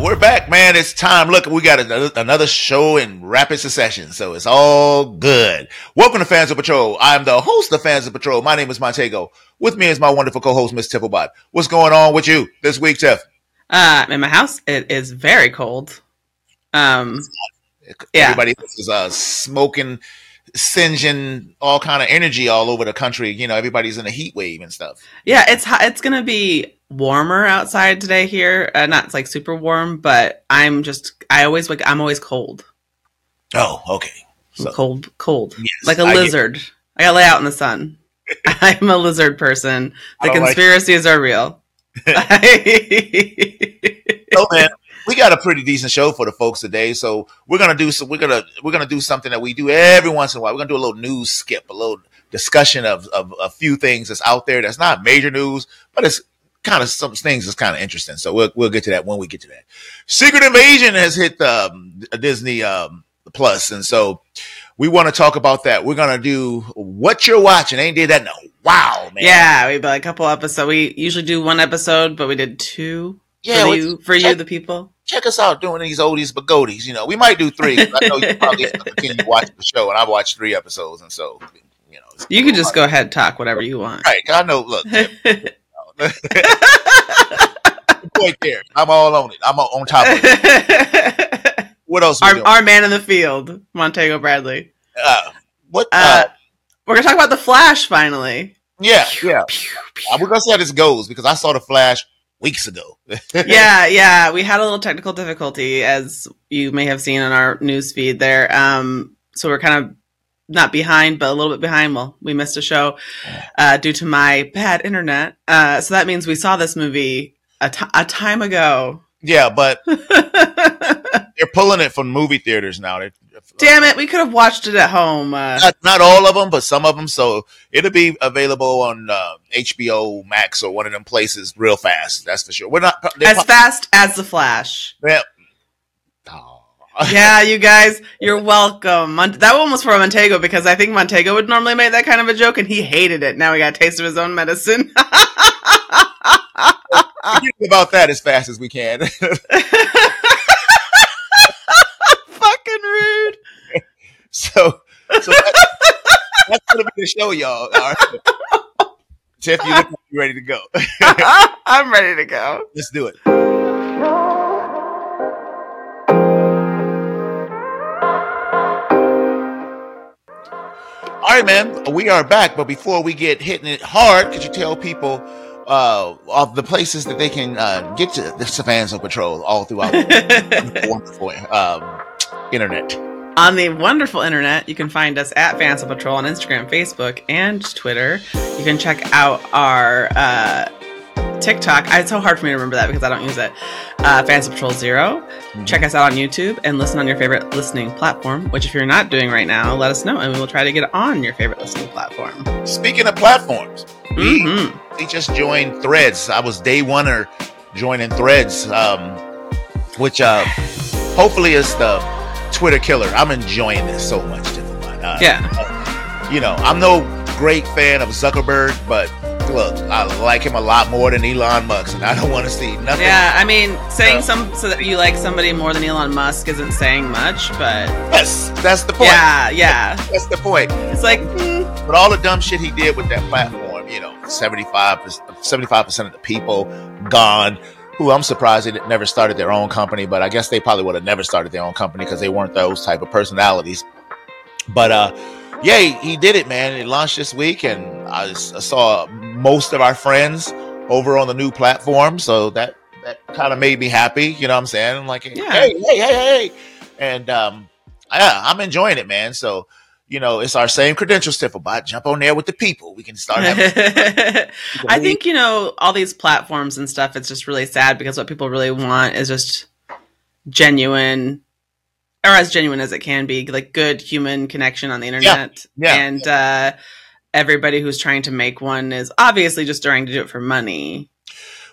We're back, man. It's time. Look, we got another, another show in rapid succession, so it's all good. Welcome to Fans of Patrol. I'm the host of Fans of Patrol. My name is Montego. With me is my wonderful co-host, Miss Tifflebot. What's going on with you this week, Tiff? Uh, in my house, it is very cold. Um, Yeah. Everybody else is uh, smoking, singeing all kind of energy all over the country. You know, everybody's in a heat wave and stuff. yeah, it's hot. It's gonna be warmer outside today here. Uh, not like super warm, but I'm just. I always like. I'm always cold. Oh, okay. I'm So- cold, cold, Yes, like a I get- lizard. I gotta lay out in the sun. I'm a lizard person. I The don't like- conspiracies are real. so man, we got a pretty decent show for the folks today. So we're gonna do so we're gonna we're gonna do something that we do every once in a while. We're gonna do a little news skip, a little discussion of, of a few things that's out there that's not major news, but it's kind of some things that's kind of interesting. So we'll we'll get to that when we get to that. Secret Invasion has hit um, Disney um, Plus, and so we want to talk about that. We're gonna do what you're watching. They ain't did that in a wow, man. yeah, we did a couple episodes. We usually do one episode, but we did two yeah. for we- you, for you, the people. check us out doing these oldies but goodies. You know, we might do three. 'cause I know you probably still continue watching the show, and I've watched three episodes, and so you know, it's- You can just go ahead and talk whatever you want. Right, I know. Look, point there. I'm all on it. I'm on- on top of it. our, What else? We doing? our man in the field, Montego Bradley. uh, what? Uh, Uh, we're gonna talk about the Flash finally. yeah, yeah. Uh, We're gonna see how this goes because I saw the Flash weeks ago. yeah, yeah. We had a little technical difficulty, as you may have seen on our news feed there. Um, so we're kind of not behind, but a little bit behind. Well, we missed a show uh, due to my bad internet. Uh, so that means we saw this movie a ti- a time ago. yeah, but Damn they're pulling it from movie theaters now. They're, uh, it, we could have watched it at home. Uh, not, not all of them, but some of them. So it'll be available on uh, HBO Max or one of them places real fast. That's for sure. We're not. they're as fast as the Flash. Oh. yeah, you guys, you're welcome. Mon- that one was for Montego because I think Montego would normally make that kind of a joke, and he hated it. Now he got a taste of his own medicine. Forget about that as fast as we can. Fucking rude. so, so that, that's gonna be the show, y'all. All right. Tiff, you look like you ready to go. I'm ready to go. Let's do it. All right, man. We are back, but before we get hitting it hard, could you tell people uh, of the places that they can uh, get to the Savannah Patrol all throughout the wonderful um, internet? On the wonderful internet, you can find us at Fancy Patrol on Instagram, Facebook, and Twitter. You can check out our uh, TikTok. It's so hard for me to remember that because I don't use it. Uh, Fancy Patrol 0 Check us out on YouTube and listen on your favorite listening platform. Which, if you're not doing right now, let us know and we will try to get on your favorite listening platform. Speaking of platforms, we Mhm. they just joined Threads. I was day one or joining Threads, um, which uh, hopefully is the Twitter killer. I'm enjoying this so much. Tiffany. Uh, Yeah, You know, I'm no great fan of Zuckerberg, but look, I like him a lot more than Elon Musk, and I don't want to see nothing. yeah. I mean, Yeah. saying some so that you like somebody more than Elon Musk isn't saying much, but Yes, that's the point. yeah, yeah. That's the point. It's like. mm, But all the dumb shit he did with that platform, you know, 75 percent of the people gone. Who I'm surprised they never started their own company, but I guess they probably would have never started their own company because they weren't those type of personalities. But uh, yeah, he, he did it, man. It launched this week, and I, s- I saw most of our friends over on the new platform, so that that kind of made me happy. You know what I'm saying? I'm like, Yeah. hey, hey, hey, hey, and um, yeah, I'm enjoying it, man. So you know, it's our same credentials, Tifflebot. Jump on there with the people. We can Oh, start having. I think you know all these platforms and stuff. It's just really sad because what people really want is just genuine, or as genuine as it can be, like good human connection on the internet. yeah. and Uh, everybody who's trying to make one is obviously just trying to do it for money.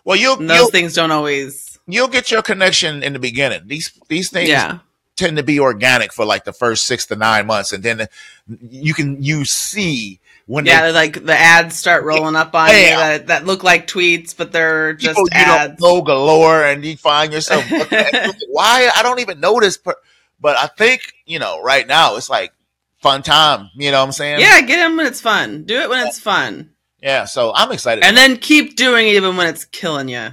Well, you'll, And those you'll things don't always. you'll get your connection in the beginning. These these things Yeah, tend to be organic for like the first six to nine months, and then you can you see when yeah, they they're like the ads start rolling up on you Yeah. that, that look like tweets, but they're just people you don't ads. know galore and you find yourself looking at it, why I don't even know this per-. but I think you know right now it's like fun time you know what I'm saying Yeah, get in when it's fun. Do it when it's fun, yeah so I'm excited and then keep doing it even when it's killing you.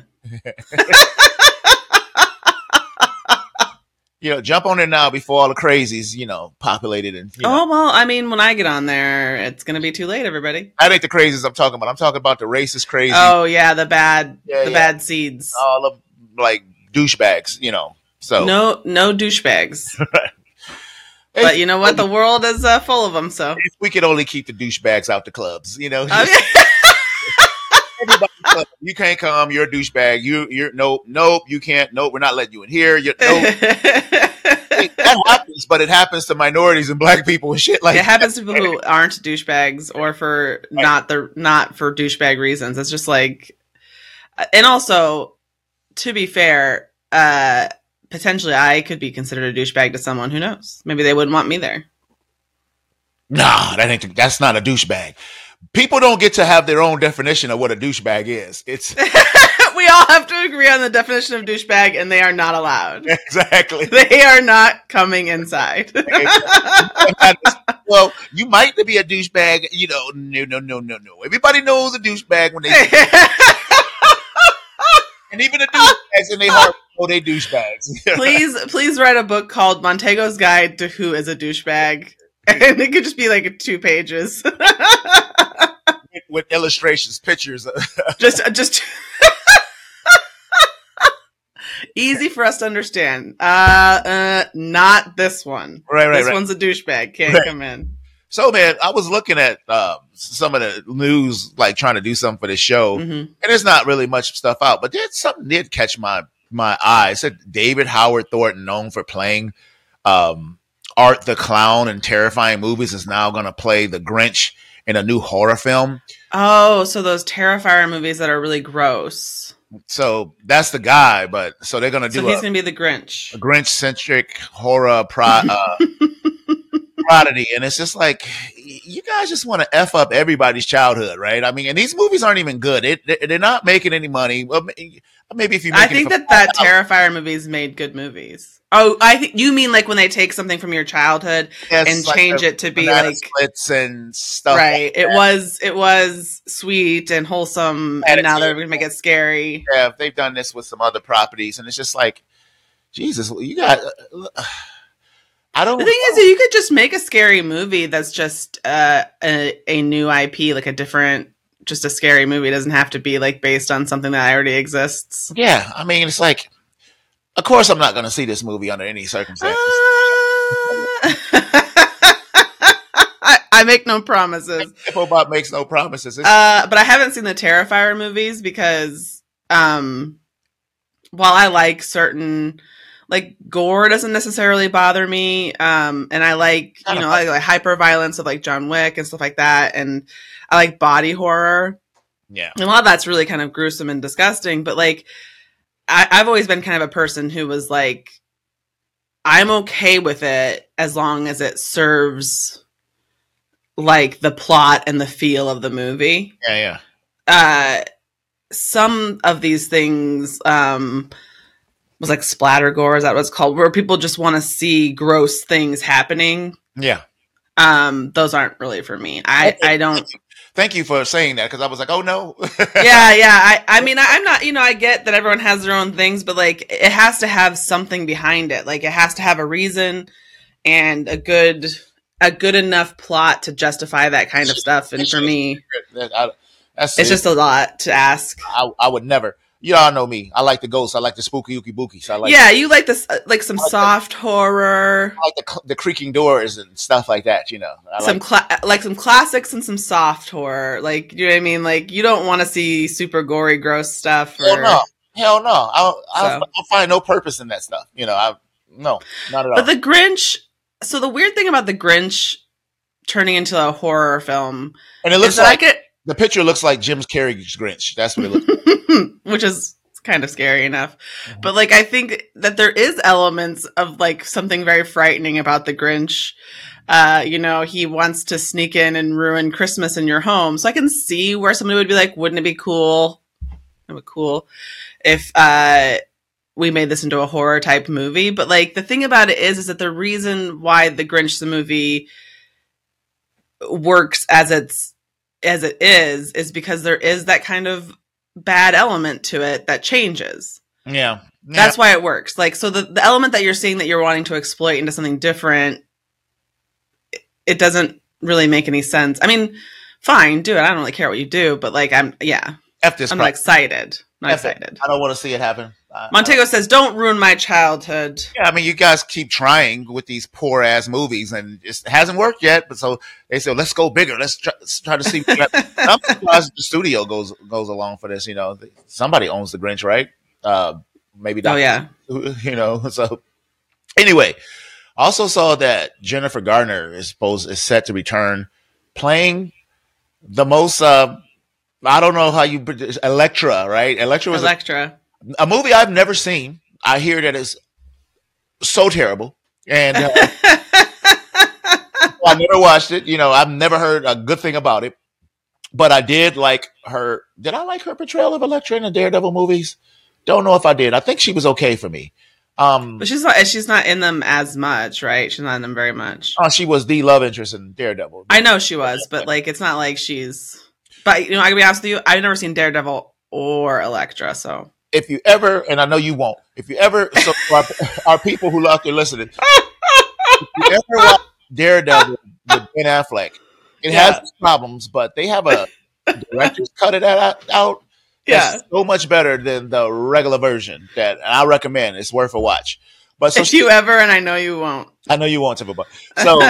you know jump on it now before all the crazies you know populated and you know. Oh well, I mean, when I get on there, it's gonna be too late, everybody. I think the crazies I'm talking about I'm talking about the racist crazy Oh yeah, the bad, Yeah, the yeah. bad seeds. all of like douchebags you know so No, no douchebags. Oh. Hey, oh. but you know what? The world is uh, full of them. So if we could only keep the douchebags out the clubs you know Okay. Everybody, look, you can't come. You're a douchebag. You, you're nope, nope. You can't. Nope, we're not letting you in here. You're, nope. Hey, that happens, but it happens to minorities and black people and shit like it happens to people who aren't douchebags or for not the not for douchebag reasons. It's just like, uh, and also, to be fair, uh, potentially I could be considered a douchebag to someone who knows. Maybe they wouldn't want me there. nah. That ain't. The, that's not a douchebag. People don't get to have their own definition of what a douchebag is. It's we all have to agree on the definition of douchebag, and they are not allowed. exactly. They are not coming inside. well, you might be a douchebag. You know, no, no, no, no, no. Everybody knows a douchebag when they, and even the douchebags in their heart know they douchebags. please, please write a book called Montego's Guide to Who is a Douchebag. And it could just be like two pages. with illustrations, pictures. just just easy for us to understand. Uh uh not this one. right, this one's a douchebag. Can't Right. come in. So man, I was looking at uh, some of the news, like trying to do something for the show, hmm and there's not really much stuff out, but there's something did catch my my eye. It said David Howard Thornton, known for playing um, Art the Clown in terrifying movies, is now going to play the Grinch in a new horror film. Oh, so those Terrifier movies that are really gross. So that's the guy, but so they're going to So do uh, he's a, gonna be the Grinch. a Grinch centric horror pro. Uh, Prodigy, and it's just like y- you guys just want to f up everybody's childhood, right? I mean, and these movies aren't even good. It, they- they're not making any money. Well, may- maybe if you, make I think that that Terrifier movies made good movies. Oh, I think you mean like when they take something from your childhood and change it to be like splits and stuff. right. It was it was sweet and wholesome, and now they're gonna make it scary. Yeah, they've done this with some other properties, and it's just like Jesus, you got. uh, I don't. The thing is, that you could just make a scary movie that's just uh, a, a new IP, like a different, just a scary movie. It doesn't have to be like based on something that already exists. yeah, I mean, it's like. Of course, I'm not going to see this movie under any Uh, circumstances. I, I make no promises, Infobot makes no promises. It's- uh, but I haven't seen the Terrifier movies because um, while I like certain. Like gore doesn't necessarily bother me, um, and I like you know I like hyper violence of like John Wick and stuff like that, and I like body horror. yeah, And a lot of that's really kind of gruesome and disgusting, but like I, I've always been kind of a person who was like, I'm okay with it as long as it serves like the plot and the feel of the movie. yeah, yeah. Uh some of these things, um was like splatter gore, is that what it's called? Where people just want to see gross things happening. Yeah. Um, those aren't really for me. I, I don't Thank you for saying that because I was like, oh no. yeah, yeah. I, I mean, I, I'm not, you know, I get that everyone has their own things, but like it has to have something behind it. Like it has to have a reason and a good, a good enough plot to justify that kind of stuff. And for me, That- I- that's it's just a lot to ask. I, I would never. Y'all know me. I like the ghosts. I like the spooky ooky bookies. I like yeah, you like this, uh, like some I like soft horror, I like the, cl- the creaking doors and stuff like that. You know, I some like cla- like some classics and some soft horror. Like, you know what I mean? Like you don't want to see super gory, gross stuff. hell Or, no, hell no. I I, So. I find no purpose in that stuff. You know, I no, not at all. But the Grinch. So the weird thing about the Grinch turning into a horror film and it is looks that like I get, the picture looks like Jim Carrey's Grinch. That's what it looks. like. which is kind of scary enough. But like, I think that there is elements of like something very frightening about the Grinch. uh, you know, he wants to sneak in and ruin Christmas in your home. So I can see where somebody would be like, wouldn't it be cool? It would cool if uh, we made this into a horror type movie. But like the thing about it is, is that the reason why the Grinch the movie works as it's as it is is because there is that kind of bad element to it that changes. Yeah. Yeah. That's why it works. Like so the, the element that you're seeing that you're wanting to exploit into something different it, it doesn't really make any sense. I mean, fine, do it. I don't really care what you do, but like I'm yeah, F this I'm crap. not excited. Not F it. excited. I don't want to see it happen. I- Montego says, "Don't ruin my childhood." Yeah, I mean, you guys keep trying with these poor ass movies, and it hasn't worked yet. But so they said, let's go bigger. Let's try, let's try to see. I'm surprised the studio goes goes along for this. You know, somebody owns the Grinch, right? Uh, maybe Oh Dr. yeah. you know. So anyway, I also saw that Jennifer Garner is supposed is set to return playing the most. Uh, I don't know how you Electra, right? Electra was a Electra. a movie I've never seen. I hear that it's so terrible, and uh, I never watched it. You know, I've never heard a good thing about it. But I did like her. Did I like her portrayal of Elektra in the Daredevil movies? Don't know if I did. I think she was okay for me. Um, but she's not she's not in them as much, right? She's not in them very much. oh, she was the love interest in Daredevil. I know she was, but like it's not like she's. But you know, I can be honest with you. I've never seen Daredevil or Elektra, so if you ever, and I know you won't, if you ever, so our, our people who out there listening, if you ever watch Daredevil with Ben Affleck, it has Yeah. its problems, but they have a director's cut it out, out that's so much better than the regular version that I recommend. It's worth a watch. But so if she, you ever, and I know you won't. I know you want to, but so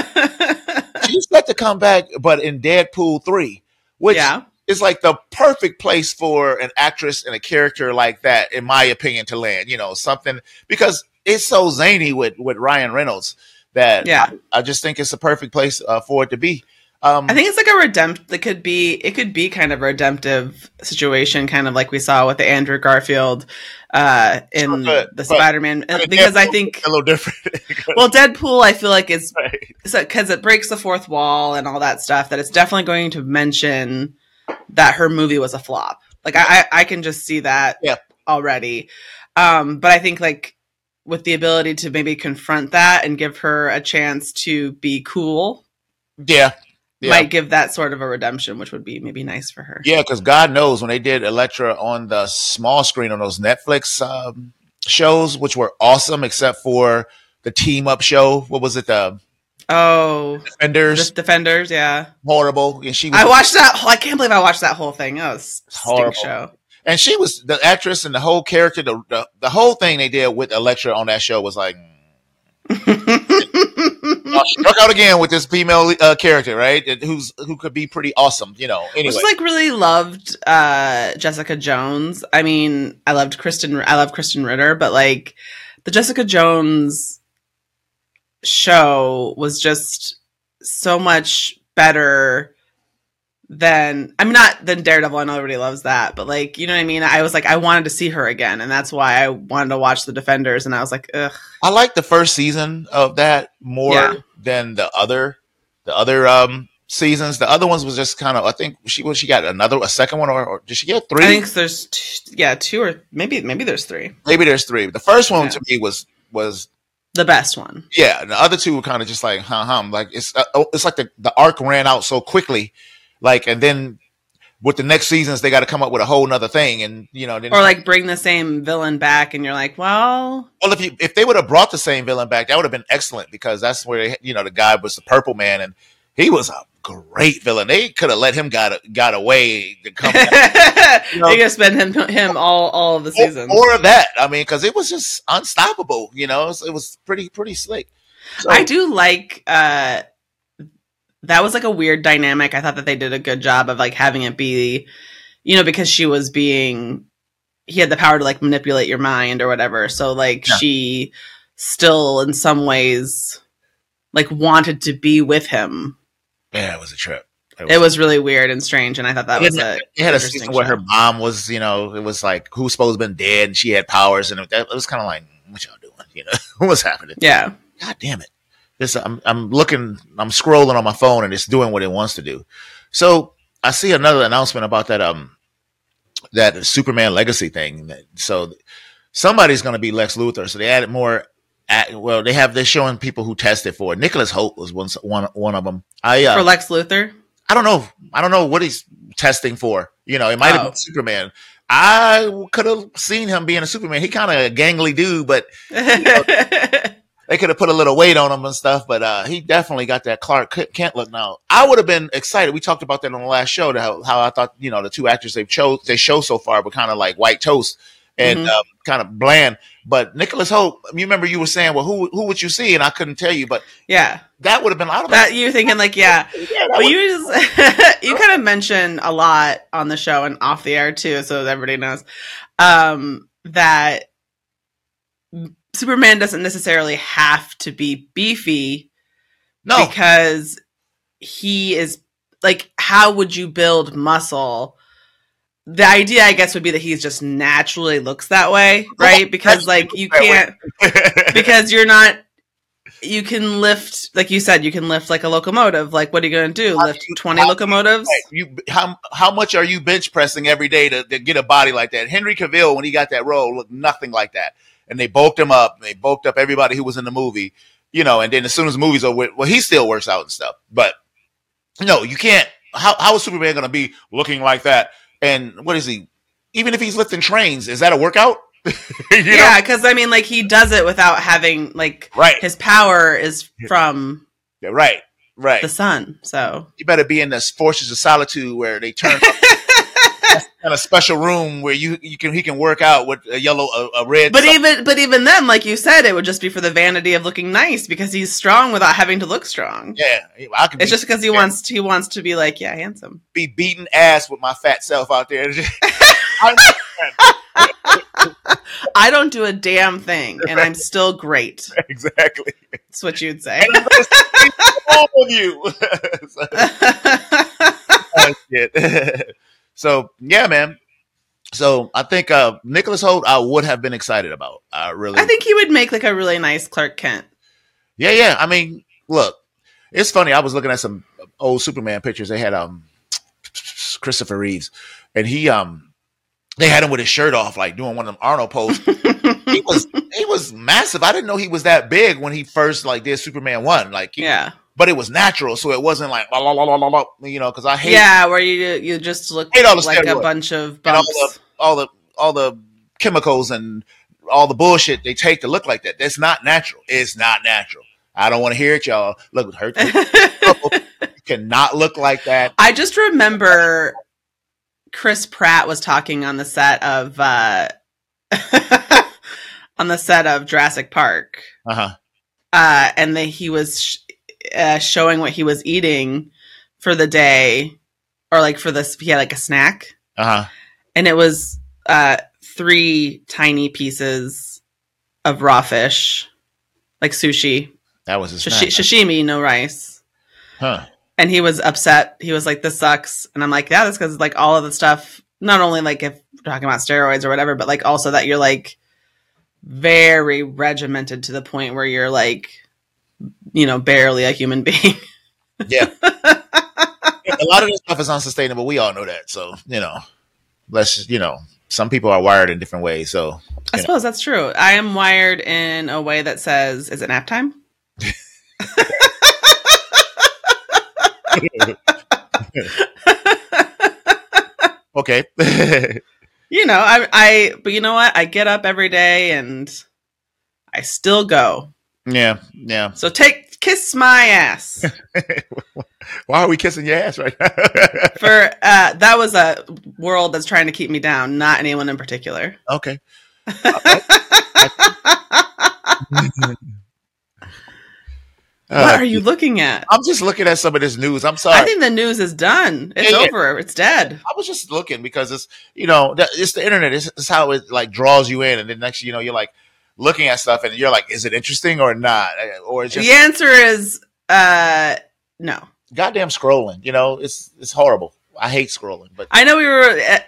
she's set to come back, but in Deadpool three, which yeah, it's like the perfect place for an actress and a character like that, in my opinion, to land. You know, something because it's so zany with with Ryan Reynolds that yeah. I just think it's the perfect place uh, for it to be. Um, I think it's like a redempt. That could be. It could be kind of a redemptive situation, kind of like we saw with the Andrew Garfield uh, in Sure, but- the but- Spider-Man. but Because I Deadpool- think, a little different. well, Deadpool, I feel like is Right. because it breaks the fourth wall and all that stuff that it's definitely going to mention that her movie was a flop like i i, I can just see that Yeah. already um but i think like with the ability to maybe confront that and give her a chance to be cool yeah, yeah, might give that sort of a redemption which would be maybe nice for her yeah. Because God knows when they did Elektra on the small screen on those Netflix um, shows, which were awesome, except for the team up show. What was it? The oh Defenders. just defenders yeah Horrible, and she was i watched that whole- i can't believe i watched that whole thing that was a Horrible. stink show and she was the actress and the whole character the, the, the whole thing they did with Elektra on that show was like I struck out again with this female uh, character right It- who's who could be pretty awesome you know I anyway just like really loved uh, Jessica Jones. I mean, I loved Kristen. I love Kristen Ritter, but like the Jessica Jones show was just so much better than I'm not than Daredevil. I know everybody loves that, but like you know what I mean. I was like, I wanted to see her again, and that's why I wanted to watch The Defenders. And I was like, ugh, I like the first season of that more Yeah. than the other the other um seasons the other ones was just kind of I think she was she got another a second one or, or did she get three I think there's t- yeah two or maybe maybe there's three. maybe there's three the first one Yeah. to me was was The best one. yeah and the other two were kind of just like huh hum like it's uh, oh, it's like the the arc ran out so quickly like and then with the next seasons they got to come up with a whole nother thing and you know then Or like bring the same villain back, and you're like, well, well if you if they would have brought the same villain back that would have been excellent because that's where they, you know the guy was the purple man and he was a great villain they could have let him got got away to come back. you No. are gonna spend him him all all of the More, season. more of that i mean because it was just unstoppable you know it was, it was pretty pretty slick So- I do like uh that was like a weird dynamic. I thought that they did a good job of like having it be you know because she was being he had the power to like manipulate your mind or whatever. So like Yeah. she still in some ways like wanted to be with him. yeah it was a trip It was really weird and strange and I thought that It was a They had a interesting season where her show. mom was, you know, it was like who's supposed to been dead, and she had powers, and it, it was kind of like, what y'all doing? You know, what was happening? yeah. God damn it! this I'm I'm looking I'm scrolling on my phone and it's doing what it wants to do. So I see another announcement about that um that Superman Legacy thing. So somebody's going to be Lex Luthor. So they added more. At, well, they have they're showing people who tested for it. Nicholas Holt was one one one of them. I uh, for Lex Luthor. I don't know. I don't know what he's testing for. You know, it might have Oh. been Superman. I could have seen him being a Superman. He kind of a gangly dude, but they could have put a little weight on him and stuff, but uh, he definitely got that Clark K- Kent look. Now, I would have been excited. We talked about that on the last show, that how, how I thought you know the two actors they've chose they show so far were kind of like white toast and Mhm. um, kind of bland. But Nicholas Hope, you remember you were saying, well, who who would you see? And I couldn't tell you, but yeah, that would have been. I don't know. that you thinking like yeah. yeah, that Well, would- you just you kind of mention a lot on the show and off the air too, so that everybody knows um, that Superman doesn't necessarily have to be beefy no, because he is like, how would you build muscle? The idea, I guess, would be that he's just naturally looks that way, right? Because like you naturally can't because you're not you can lift like you said you can lift like a locomotive like what are you going to do How lift do you- 20 how do you- locomotives Right. You how how much are you bench pressing every day to, to get a body like that? Henry Cavill, when he got that role, looked nothing like that. And they bulked him up. They bulked up everybody who was in the movie, you know. And then as soon as the movie's over, with- well, he still works out and stuff. But no, you can't. How how is Superman going to be looking like that? And what is he? Even if he's lifting trains, is that a workout? you yeah because i mean like he does it without having like know, right, his power is from Yeah, right, right. the sun so you better be in the forces of solitude where they turn in a special room where you you can he can work out with a yellow a, a red but even but even then like you said it would just be for the vanity of looking nice because he's strong without having to look strong yeah I can be, it's just because he Yeah. wants he wants to be like yeah handsome be beating ass with my fat self out there i don't do a damn thing and i'm still great exactly that's what you'd say and I'm gonna all of you so, oh, shit. so yeah man so I think uh Nicholas Holt I would have been excited about I really I think he would make like a really nice Clark Kent. Yeah, yeah. I mean, look, it's funny. I was looking at some old Superman pictures. They had um Christopher Reeves, and he um they had him with his shirt off, like doing one of them Arnold poses. he was he was massive. I didn't know he was that big when he first like did Superman one. Like, he- yeah, but it was natural, so it wasn't like la la la la la, la you know, because I hate yeah, where you you just look Hate all the like a steroids. bunch of and all bumps. the all the all the chemicals and all the bullshit they take to look like that. That's not natural. It's not natural. I don't want to hear it, y'all. Look, hurt. you cannot look like that. I just remember Chris Pratt was talking on the set of uh, on the set of Jurassic Park, Uh huh. uh, and that he was sh- uh, showing what he was eating for the day, or like for this he had like a snack. Uh huh. and it was uh three tiny pieces of raw fish like sushi That was his Shashi- snack. sashimi no rice huh. and he was upset he was like this sucks and i'm like yeah that's because like all of the stuff not only like if we're talking about steroids or whatever but like also that you're like very regimented to the point where you're like you know barely a human being Yeah. a lot of this stuff is unsustainable. We all know that. So you know, let's just- you know, some people are wired in different ways. So I Yeah. suppose that's true. I am wired in a way that says, "Is it nap time?" okay. you know, I, I, but you know what? I get up every day and I still go. yeah. Yeah. So take kiss my ass Why are we kissing your ass right now? for uh, that was a world that's trying to keep me down, not anyone in particular. okay. what Uh, are you looking at? I'm just looking at some of this news. I'm sorry. I think the news is done. It's Yeah, yeah. over. It's dead. I was just looking because it's you know that, it's the internet. It's, it's how it like draws you in, and then next you know you're like looking at stuff, and you're like, is it interesting or not, Eh, or it's just the answer is uh, no. goddamn scrolling. You know, it's it's horrible. I hate scrolling, but I know we were. eh,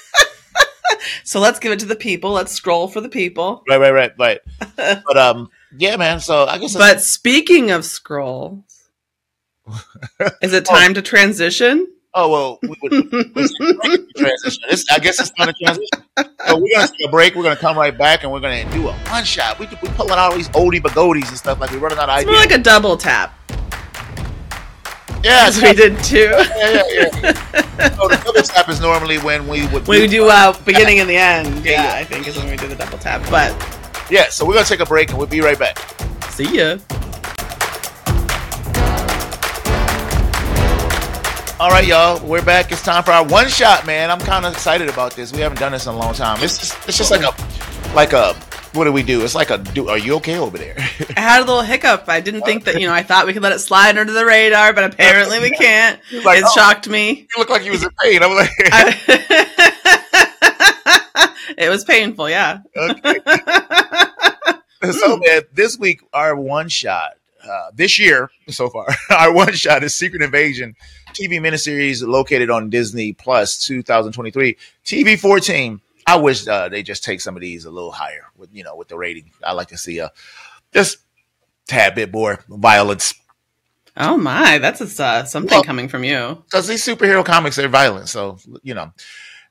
so let's give it to the people. Let's scroll for the people. right, right, right, right. but um, Yeah, man. So I guess. But speaking of scrolls, is it time to transition? Oh well, we would, we transition. This, I guess it's time to transition. So we're gonna take a break. We're gonna come right back, and we're gonna do a one shot. We we pulling out all these oldie but goldies and stuff like we're running out of It's more ideas. like a double tap, yeah, as we did too. yeah, yeah, yeah. so the double tap is normally when we would When we do uh, beginning and the end, Yeah, yeah, yeah. I think is when we do the double tap. But Yeah, so we're gonna take a break, and we'll be right back. see ya. All right, y'all, we're back. It's time for our one shot, man. I'm kind of excited about this. We haven't done this in a long time. It's just, it's just like a, like a, what do we do? It's like a, do, are you okay over there? I had a little hiccup. I didn't think that you know. I thought we could let it slide under the radar, but apparently we can't. like, It oh. shocked me. you look like you was in pain. I'm like, I- it was painful. Yeah. okay. so man, this week our one shot, uh, this year so far, our one shot is Secret Invasion TV miniseries located on Disney Plus 2023 TV 14. I wish uh, they just take some of these a little higher with you know with the rating. I like to see a just tad bit more violence Oh my, that's a, uh, something Well- coming from you. because these superhero comics are violent. So you know,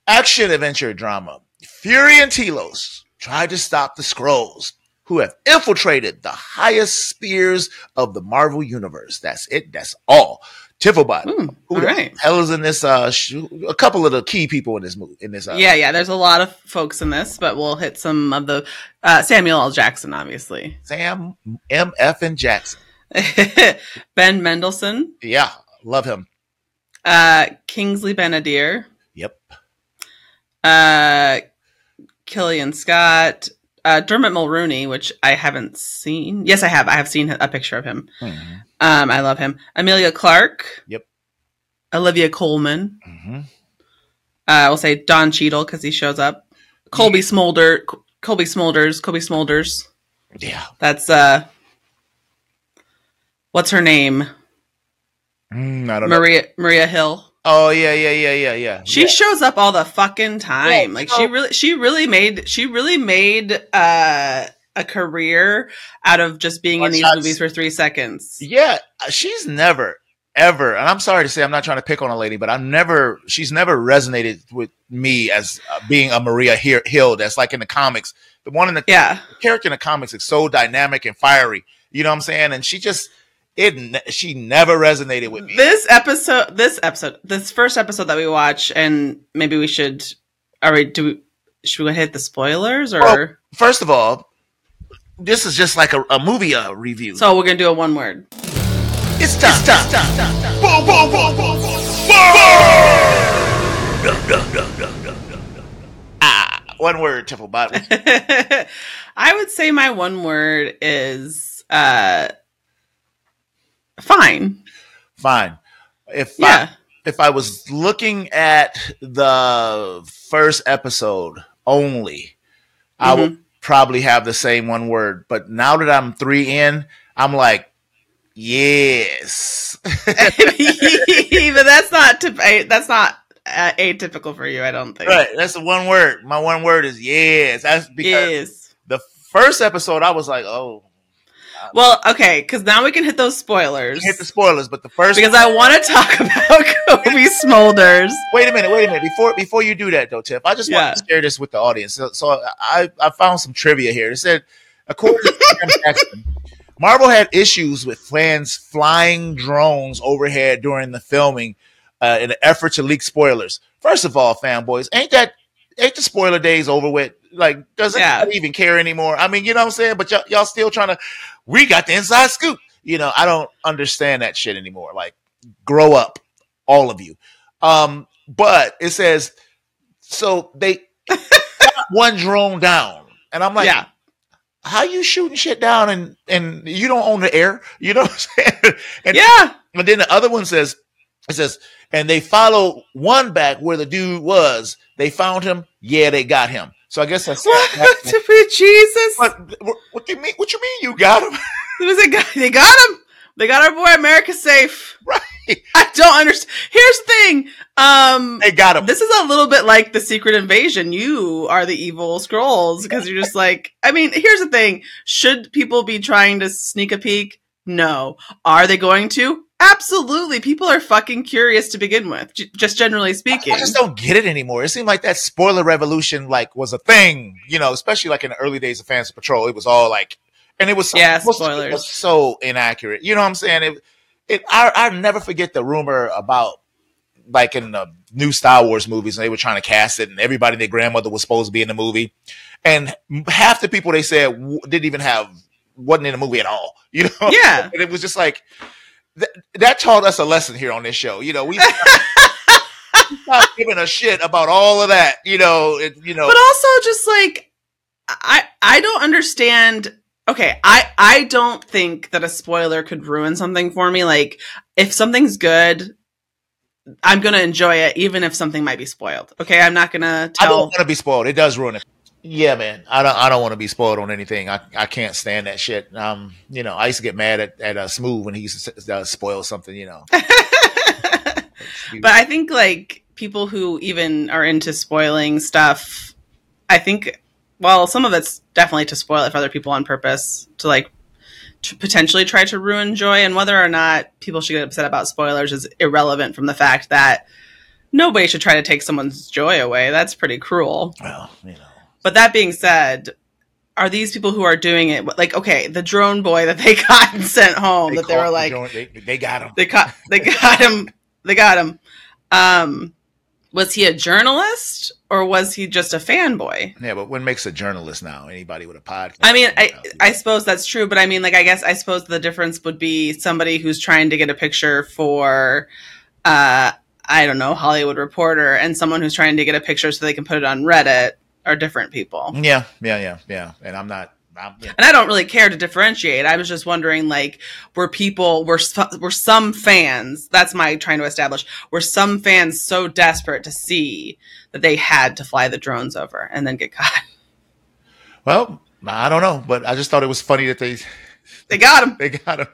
action adventure drama. Fury and Telos try to stop the Scrolls, who have infiltrated the highest spheres of the Marvel universe. That's it. That's all. Tifflebot. Ooh, Who all the right. hell is in this? Uh, sh- a couple of the key people in this movie. In this, uh, Yeah, yeah. There's a lot of folks in this, but we'll hit some of the uh, Samuel L. Jackson, obviously. Sam, M, F, and Jackson. ben Mendelsohn, Yeah, love him. uh, Kingsley Benadir, Yep. uh, Killian Scott, uh, Dermot Mulrooney, which I haven't seen. Yes, I have. I have seen a picture of him. Mhm. Um, I love him. Amelia Clark. Yep. Olivia Coleman. Mhm. Uh, we'll say Don Cheadle because he shows up. Colby Smolder, Colby Smolders, Colby Smolders. Yeah. That's uh, what's her name? Mm, I don't know. Maria Maria Hill. Oh yeah, yeah, yeah, yeah, yeah. She Yeah. shows up all the fucking time. Yeah, like you she know- really, she really made, she really made uh, a career out of just being in One these shots. movies for three seconds. Yeah, uh, she's never ever, and I'm sorry to say, I'm not trying to pick on a lady, but I'm never, she's never resonated with me as uh, being a Maria He- Hill. That's like in the comics. The one in the, Yeah, the character in the comics is so dynamic and fiery. You know what I'm saying? And she just it, ne- she never resonated with me. this episode, this episode, this first episode that we watch, and maybe we should. All right, do we? Should we hit the spoilers or? Oh. First of all, this is just like a, a movie uh, review. So we're gonna do a one word. It's time. It's time. Boom, boom, boom, boom, boom. Ah, one word, Tifflebot. I would say my one word is uh fine. Fine. If I, Yeah. if I was looking at the first episode only, I would probably have the same one word. But now that I'm three in, I'm like, yes. but that's not typ- I- that's not uh, atypical for you, I don't think. right. That's the one word. My one word is yes. That's because Yes. the first episode, I was like, oh, Well, okay, because now we can hit those spoilers. hit the spoilers. But the first, because I want to talk about Kobe Smolders. wait a minute, wait a minute. Before before you do that though, Tiff, I just Yeah. want to share this with the audience. So, so I I found some trivia here. It said according to Sam Jackson, Marvel had issues with fans flying drones overhead during the filming uh, in an effort to leak spoilers. First of all, fanboys, ain't that ain't the spoiler days over with? Like, does Yeah. anybody even care anymore? I mean, you know what I'm saying? But y'all, y'all still trying to. We got the inside scoop. You know, I don't understand that shit anymore. Like, grow up, all of you. Um, but it says so they shot one drone down, and I'm like, yeah. how you shooting shit down and and you don't own the air? You know what I'm saying? And yeah. but then the other one says, it says, and they follow one back where the dude was. They found him. Yeah, they got him. So I guess that's What? Jesus. What, what, what do you mean? What you mean you got him? It was a guy. They got him. They got our boy America safe. Right. I don't understand. Here's the thing. Um, they got him. this is a little bit like the secret invasion. You are the evil scrolls because you're just like, I mean, here's the thing. Should people be trying to sneak a peek? No. Are they going to? Absolutely. People are fucking curious to begin with, j- just generally speaking. I just don't get it anymore. It seemed like that spoiler revolution like was a thing, you know, especially like in the early days of Fans Patrol. It was all like, and it was Yeah, most of it spoilers. was so inaccurate. You know what I'm saying? It, it I I never forget the rumor about like in the new Star Wars movies, and they were trying to cast it, and everybody, their grandmother was supposed to be in the movie, and half the people they said w- didn't even have wasn't in the movie at all. You know? Yeah. and it was just like th- that taught us a lesson here on this show. You know, we not giving a shit about all of that. You know, it, you know, but also just like i i don't understand okay i i don't think that a spoiler could ruin something for me like if something's good i'm gonna enjoy it even if something might be spoiled okay i'm not gonna I don't tell want to be spoiled. It does ruin it. Yeah, man. I don't. I don't want to be spoiled on anything. I, I can't stand that shit. Um, you know, I used to get mad at at uh, Smooth when he used to s- uh, spoil something. You know, but i think like people who even are into spoiling stuff i think well some of it's definitely to spoil it for other people on purpose to like to potentially try to ruin joy and whether or not people should get upset about spoilers is irrelevant from the fact that nobody should try to take someone's joy away that's pretty cruel well, you know. but that being said are these people who are doing it like okay the drone boy that they got and sent home that they caught were the like joint. they, they got him. they caught they got him they got him um was he a journalist or was he just a fanboy Yeah, but what makes a journalist now? Anybody with a podcast? i mean i i suppose that's true but i mean like i guess i suppose the difference would be somebody who's trying to get a picture for uh i don't know hollywood reporter and someone who's trying to get a picture so they can put it on reddit are different people yeah, yeah, yeah, yeah. And I'm not. I'm, you know, and I don't really care to differentiate. I was just wondering, like, were people were s- were some fans? That's my trying to establish. Were some fans so desperate to see that they had to fly the drones over and then get caught? Well, I don't know, but I just thought it was funny that they They got them. they got him.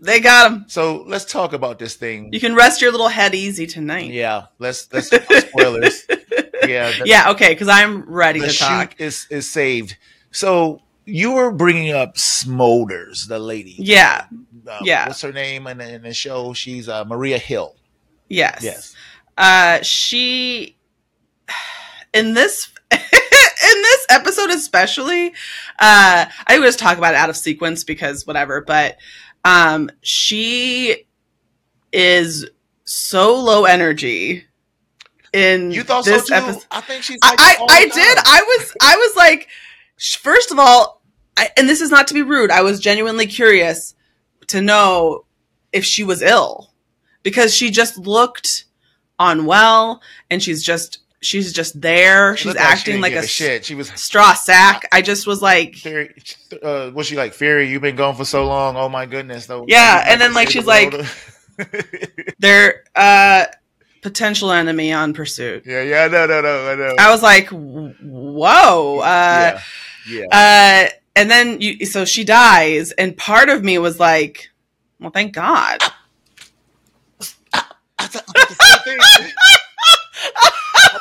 They got them. So let's talk about this thing. You can rest your little head easy tonight. Yeah, let's let's spoilers. yeah, the, Yeah, okay, because I'm ready the to shoot talk. is is saved. So you were bringing up Smolders, the lady. Yeah. Uh, yeah. What's her name in, the- in the show? She's uh, Maria Hill. Yes. Yes. Uh, she in this in this episode especially uh i always talk about it out of sequence because whatever but um she is so low energy in You thought this so too? episode I think she's. I, like I, all I done. did. I was I was like, sh- first of all, I, and this is not to be rude. I was genuinely curious to know if she was ill because she just looked unwell, and she's just she's just there. She She's looked like she acting didn't like give a, s- shit. She was. straw sack. I just was like, Fury, uh, was she like Fury? You've been gone for so long. Oh my goodness! Though. Yeah, and then, like, she's like- they're uh, potential enemy on pursuit. yeah, yeah, no, no, no, I know. I was like, w- whoa. Uh, yeah, yeah. uh and then you so she dies and part of me was like well thank god I thought the same thing. I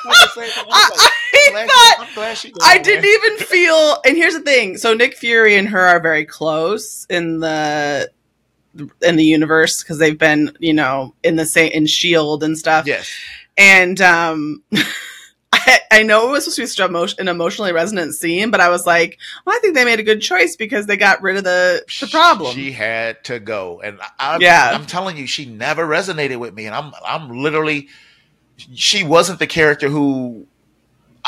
thought the same thing. I was like, i, glad thought she- I'm glad she i gone, didn't man. even feel and here's the thing so nick fury and her are very close in the in the universe because they've been you know in the same in shield E and stuff Yes. and um I, I know it was supposed to be such a emo- an emotionally resonant scene, but I was like, well, I think they made a good choice because they got rid of the, the problem. She had to go, and I, Yeah. I'm telling you, she never resonated with me, and I'm I'm literally, she wasn't the character who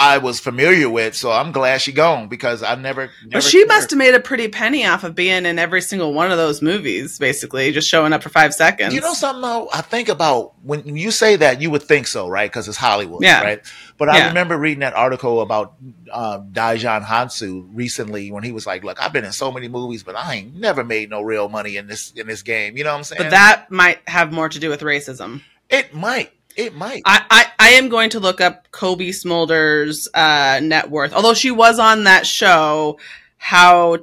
I was familiar with, so I'm glad she gone because I never. Well, never she must have made a pretty penny off of being in every single one of those movies, basically, just showing up for five seconds. You know something though? I think about when you say that, you would think so, right? Because it's Hollywood, Yeah. right? But Yeah. I remember reading that article about uh, Daijun Hansu recently when he was like, "Look, I've been in so many movies, but I ain't never made no real money in this in this game." You know what I'm saying? but that might have more to do with racism. it might, it might. I, I, I am going to look up Kobe Smulders' uh, net worth, although she was on that show, How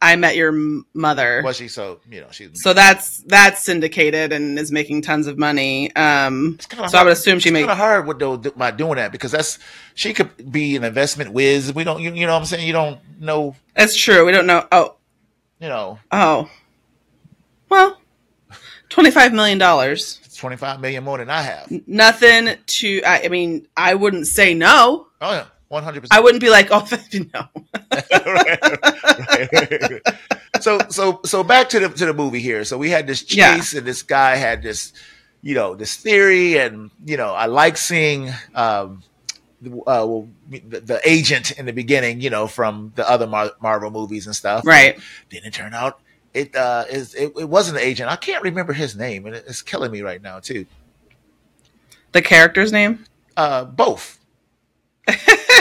I Met Your M- Mother. Well, she's so you know she's So that's that's syndicated and is making tons of money. Um, It's kinda so I hard- would assume she it's makes kind of hard with though th- by doing that because that's she could be an investment whiz. We don't, you, you know, what I'm saying you don't know, That's true. We don't know. Oh, you know, oh. Well, twenty-five million dollars. it's 25 million more than I have. Mm. Nothing to. I, I mean, I wouldn't say no. Oh yeah, 100. I wouldn't be like, oh no. percent So so so back to the to the movie here. So we had this Yeah. chase, and this guy had this, you know, this theory, and you know, I like seeing. um uh, well, the, the agent in the beginning, you know, from the other Mar- Marvel movies and stuff, Right. Then it turned out it uh is it, it wasn't an agent. I can't remember his name, and it- it's killing me right now too. The character's name. Uh, both.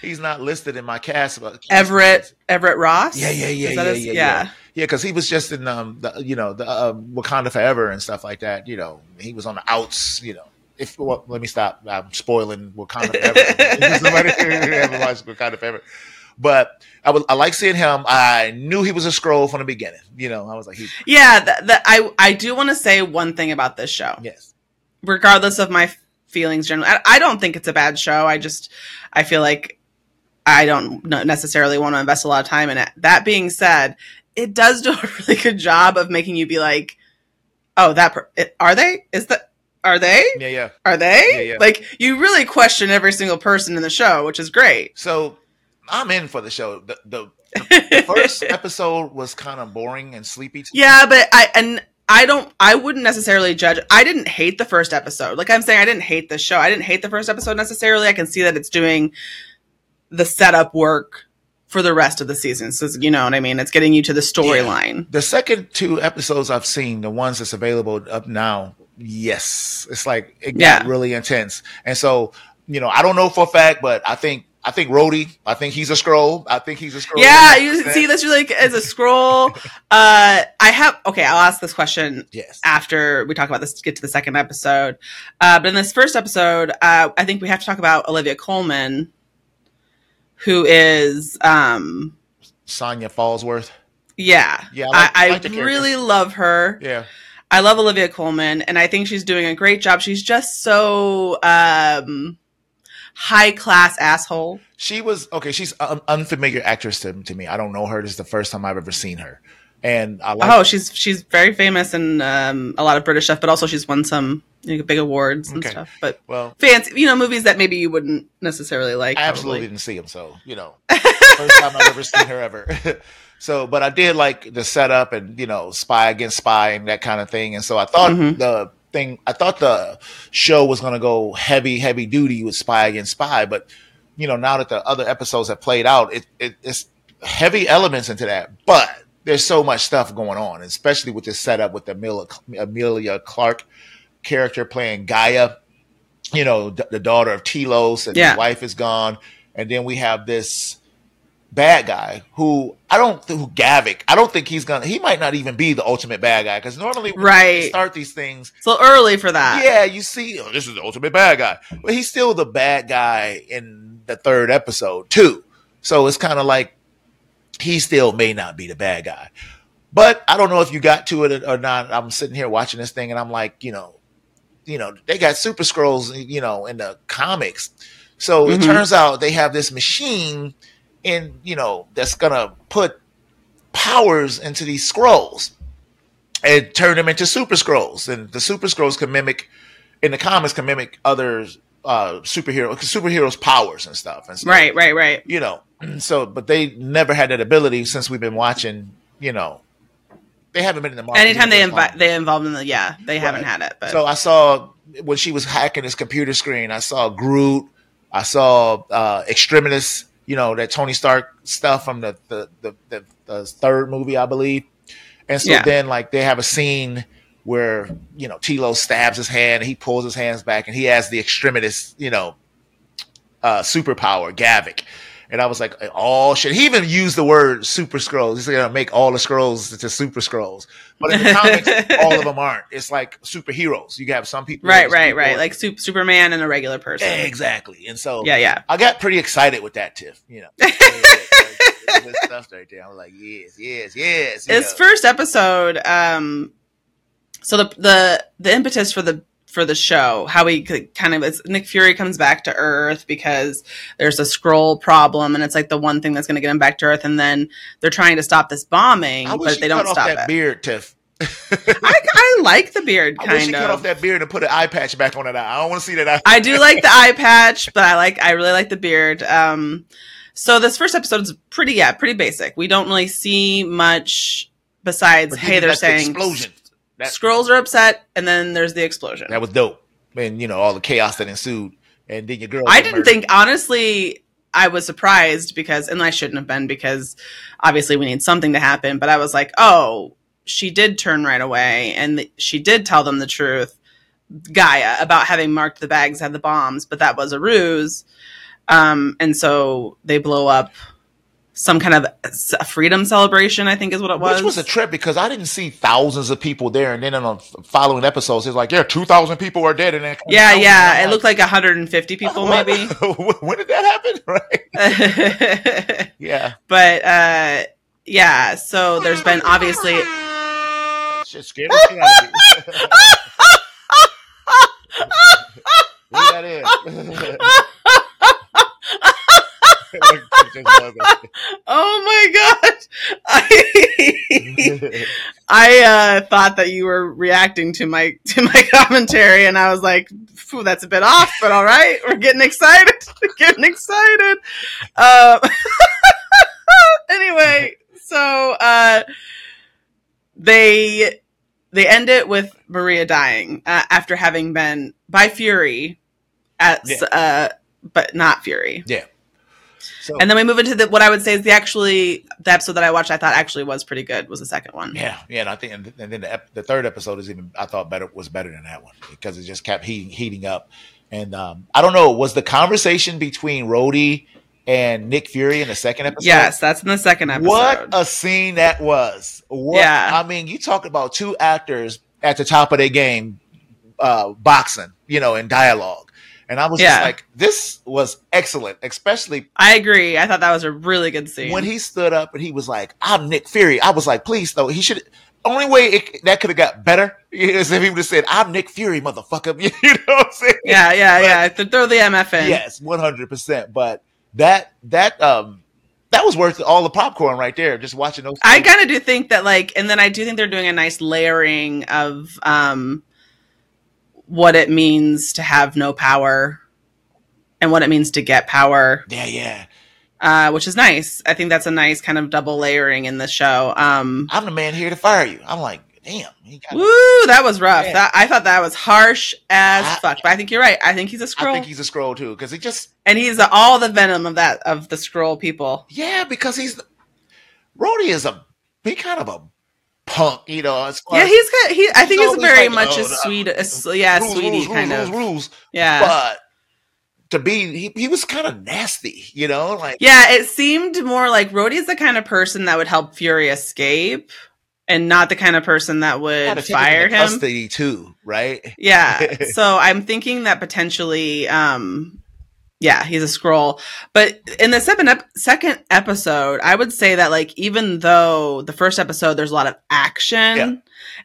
He's not listed in my cast, but Everett Everett Ross. Yeah, yeah, yeah, Is that yeah, his- yeah, yeah. Yeah, because he was just in um, the, you know, the um, Wakanda Forever and stuff like that. You know, he was on the outs. You know, if well, let me stop. I'm spoiling Wakanda Forever. Somebody who haven't watched Wakanda Forever. But I was, I like seeing him. I knew he was a scroll from the beginning. You know, I was like, he, Yeah, th- th- I I do want to say one thing about this show. yes, regardless of my feelings generally I, I don't think it's a bad show i just i feel like i don't n- necessarily want to invest a lot of time in it that being said it does do a really good job of making you be like oh that per- it, are they is that are they yeah, yeah. are they Yeah, yeah. like you really question every single person in the show which is great So I'm in for the show. The the, the first episode was kind of boring and sleepy. too. yeah but i and i don't i wouldn't necessarily judge i didn't hate the first episode like i'm saying i didn't hate the show i didn't hate the first episode necessarily i can see that it's doing the setup work for the rest of the season so it's- you know what i mean it's getting you to the storyline The second two episodes I've seen, the ones that's available up now, yes, it's like it got Yeah. really intense. And so, you know, I don't know for a fact, but I think I think Rhodey, I think he's a scroll. I think he's a scroll. yeah, you see this you're like as a scroll uh i have okay i'll ask this question Yes. after we talk about this get to the second episode uh, but in this first episode uh, i think we have to talk about olivia coleman who is um Sonya Fallsworth. yeah Yeah, I, like- I, like the character. really love her. Yeah. I love Olivia Coleman, and I think she's doing a great job. She's just so um, high class asshole. She was okay. She's an unfamiliar actress to, to me. I don't know her. This is the first time I've ever seen her, and I like Oh, she's she's very famous in um, a lot of British stuff, but also she's won some you know, big awards and Okay. stuff. But well. fancy, you know, movies that maybe you wouldn't necessarily like. I probably. absolutely didn't see him, so you know, first time I've ever seen her ever. so, but I did like the setup and you know, spy against spy and that kind of thing. And so I thought Mhm. the thing, I thought the show was going to go heavy, heavy duty with spy against spy, but you know, now that the other episodes have played out, it, it it's heavy elements into that, but. There's so much stuff going on, especially with this setup with Amelia, Amelia Clark character playing Gaia you know, d- the daughter of Telos and Yeah. his wife is gone. And then we have this bad guy who I don't who Gavik. I don't think he's gonna. He might not even be the ultimate bad guy because normally when Right. they start these things, So early for that. yeah, you see, oh, this is the ultimate bad guy, but he's still the bad guy in the third episode too. So it's kind of like he still may not be the bad guy. But I don't know if you got to it or not. I'm sitting here watching this thing and I'm like, you know, you know, they got super scrolls, you know, in the comics. So it Mhm. turns out they have this machine in, you know, that's gonna put powers into these scrolls and turn them into super scrolls. And the super scrolls can mimic in the comics can mimic other uh superhero superheroes powers and stuff. And so Right. Right. Right. you know, so but they never had that ability since we've been watching. You know, they haven't been in the market. Anytime they universe invite, long. they involved in the yeah, they haven't Right. had it. But So I saw when she was hacking his computer screen. I saw Groot. I saw uh, Extremis. You know that Tony Stark stuff from the the the, the, the third movie, I believe. And so Yeah. then like they have a scene where you know Tilo stabs his hand, he pulls his hands back, and he has the Extremis. You know, uh, superpower, Gavik. And I was like, all shit. He even used the word super scrolls. He's gonna make all the scrolls into super scrolls. But in the comics, all of them aren't. It's like superheroes. You have some people. right. Right. Right. Like Sup- Superman and a regular person. exactly. And so Yeah. Yeah. I got pretty excited with that, Tiff. You know, good stuff right there. I'm like, yes, yes, yes. you His know. first episode, um, so the the the impetus for the for the show, how he could kind of it's Nick Fury comes back to Earth because there's a scroll problem, and it's like the one thing that's going to get him back to Earth, and then they're trying to stop this bombing, I wish but you they cut don't off stop that it. beard, Tiff. I, I like the beard I wish you kind cut off of. that beard and put an eye patch back on that eye. I don't want to see that eye. I do like the eye patch, but I like I really like the beard. Um, so this first episode is pretty yeah pretty basic. We don't really see much besides But hey even they're like the saying explosion. That- Scrolls are upset, and then there's the explosion. That was dope. And you know all the chaos that ensued, and then your girl. I got didn't murdered. think, honestly, I was surprised because, and I shouldn't have been because obviously we need something to happen, but I was like, oh, she did turn right away, and th- she did tell them the truth, Gaia, about having marked the bags, had the bombs, but that was a ruse. Um, and so they blow up some kind of s- a freedom celebration, I think is what it was. Which was a trip because I didn't see thousands of people there, and then on the following episodes, it's like yeah, two thousand people are dead, and then yeah, "Oh yeah. It looked like 150 people, maybe. when did that happen? Right? Yeah, but uh yeah so there's been obviously shit scared the shit out of me. Leave that in. oh my gosh i i uh thought that you were reacting to my to my commentary and i was like Phew, that's a bit off but all right we're getting excited getting excited um anyway so uh they they end it with maria dying uh, after having been by fury at s uh but not fury So- And then we move into the, what I would say is the actually the episode that I watched. I thought actually was pretty good. Was the second one? Yeah, yeah, and I think, and, and then the, ep- the third episode is even I thought better was better than that one because it just kept heating heating up, and um, I don't know was the conversation between Rhodey and Nick Fury in the second episode. Yes, that's in the second episode. what a scene that was. What, Yeah. I mean, you talk about two actors at the top of their game, uh, boxing, you know, in dialogue, and I was just Yeah. like, this was excellent, especially I agree. I thought that was a really good scene. when he stood up and he was like, "I'm Nick Fury," I was like, "Please, though." He should. Only way it, that could have got better is if he would have said, "I'm Nick Fury, motherfucker." You know what I'm saying? yeah, yeah, But- yeah. To throw the MF in. Yes, one hundred percent. But that that um that was worth all the popcorn right there. Just watching those. I kind of do think that like, and then I do think they're doing a nice layering of um, what it means to have no power, and what it means to get power. yeah, yeah. Uh, which is nice. I think that's a nice kind of double layering in the show. Um, I'm the man here to fire you. I'm like, damn. He got, Woo, that was rough. Yeah. That I thought that was harsh as I- fuck. But I think you're right. I think he's a I scroll, think he's a scroll too because he just and he's all the venom of that of the scroll people. yeah because he's Rhodey is a he kind of a punk, you know. As far Yeah, as he's got, he. I he's think he's always very like, much oh, a no. sweet, a s- yeah, rules, sweetie rules, kind rules, of. rules, rules. Yeah, but to be he, he was kind of nasty you know like yeah. It seemed more like Rhodey's the kind of person that would help Fury escape, and not the kind of person that gotta would take him fire into him. custody too right Yeah. so I'm thinking that potentially, um, yeah, he's a scroll. But in the second ep- second episode, I would say that like even though the first episode there's a lot of action, Yeah.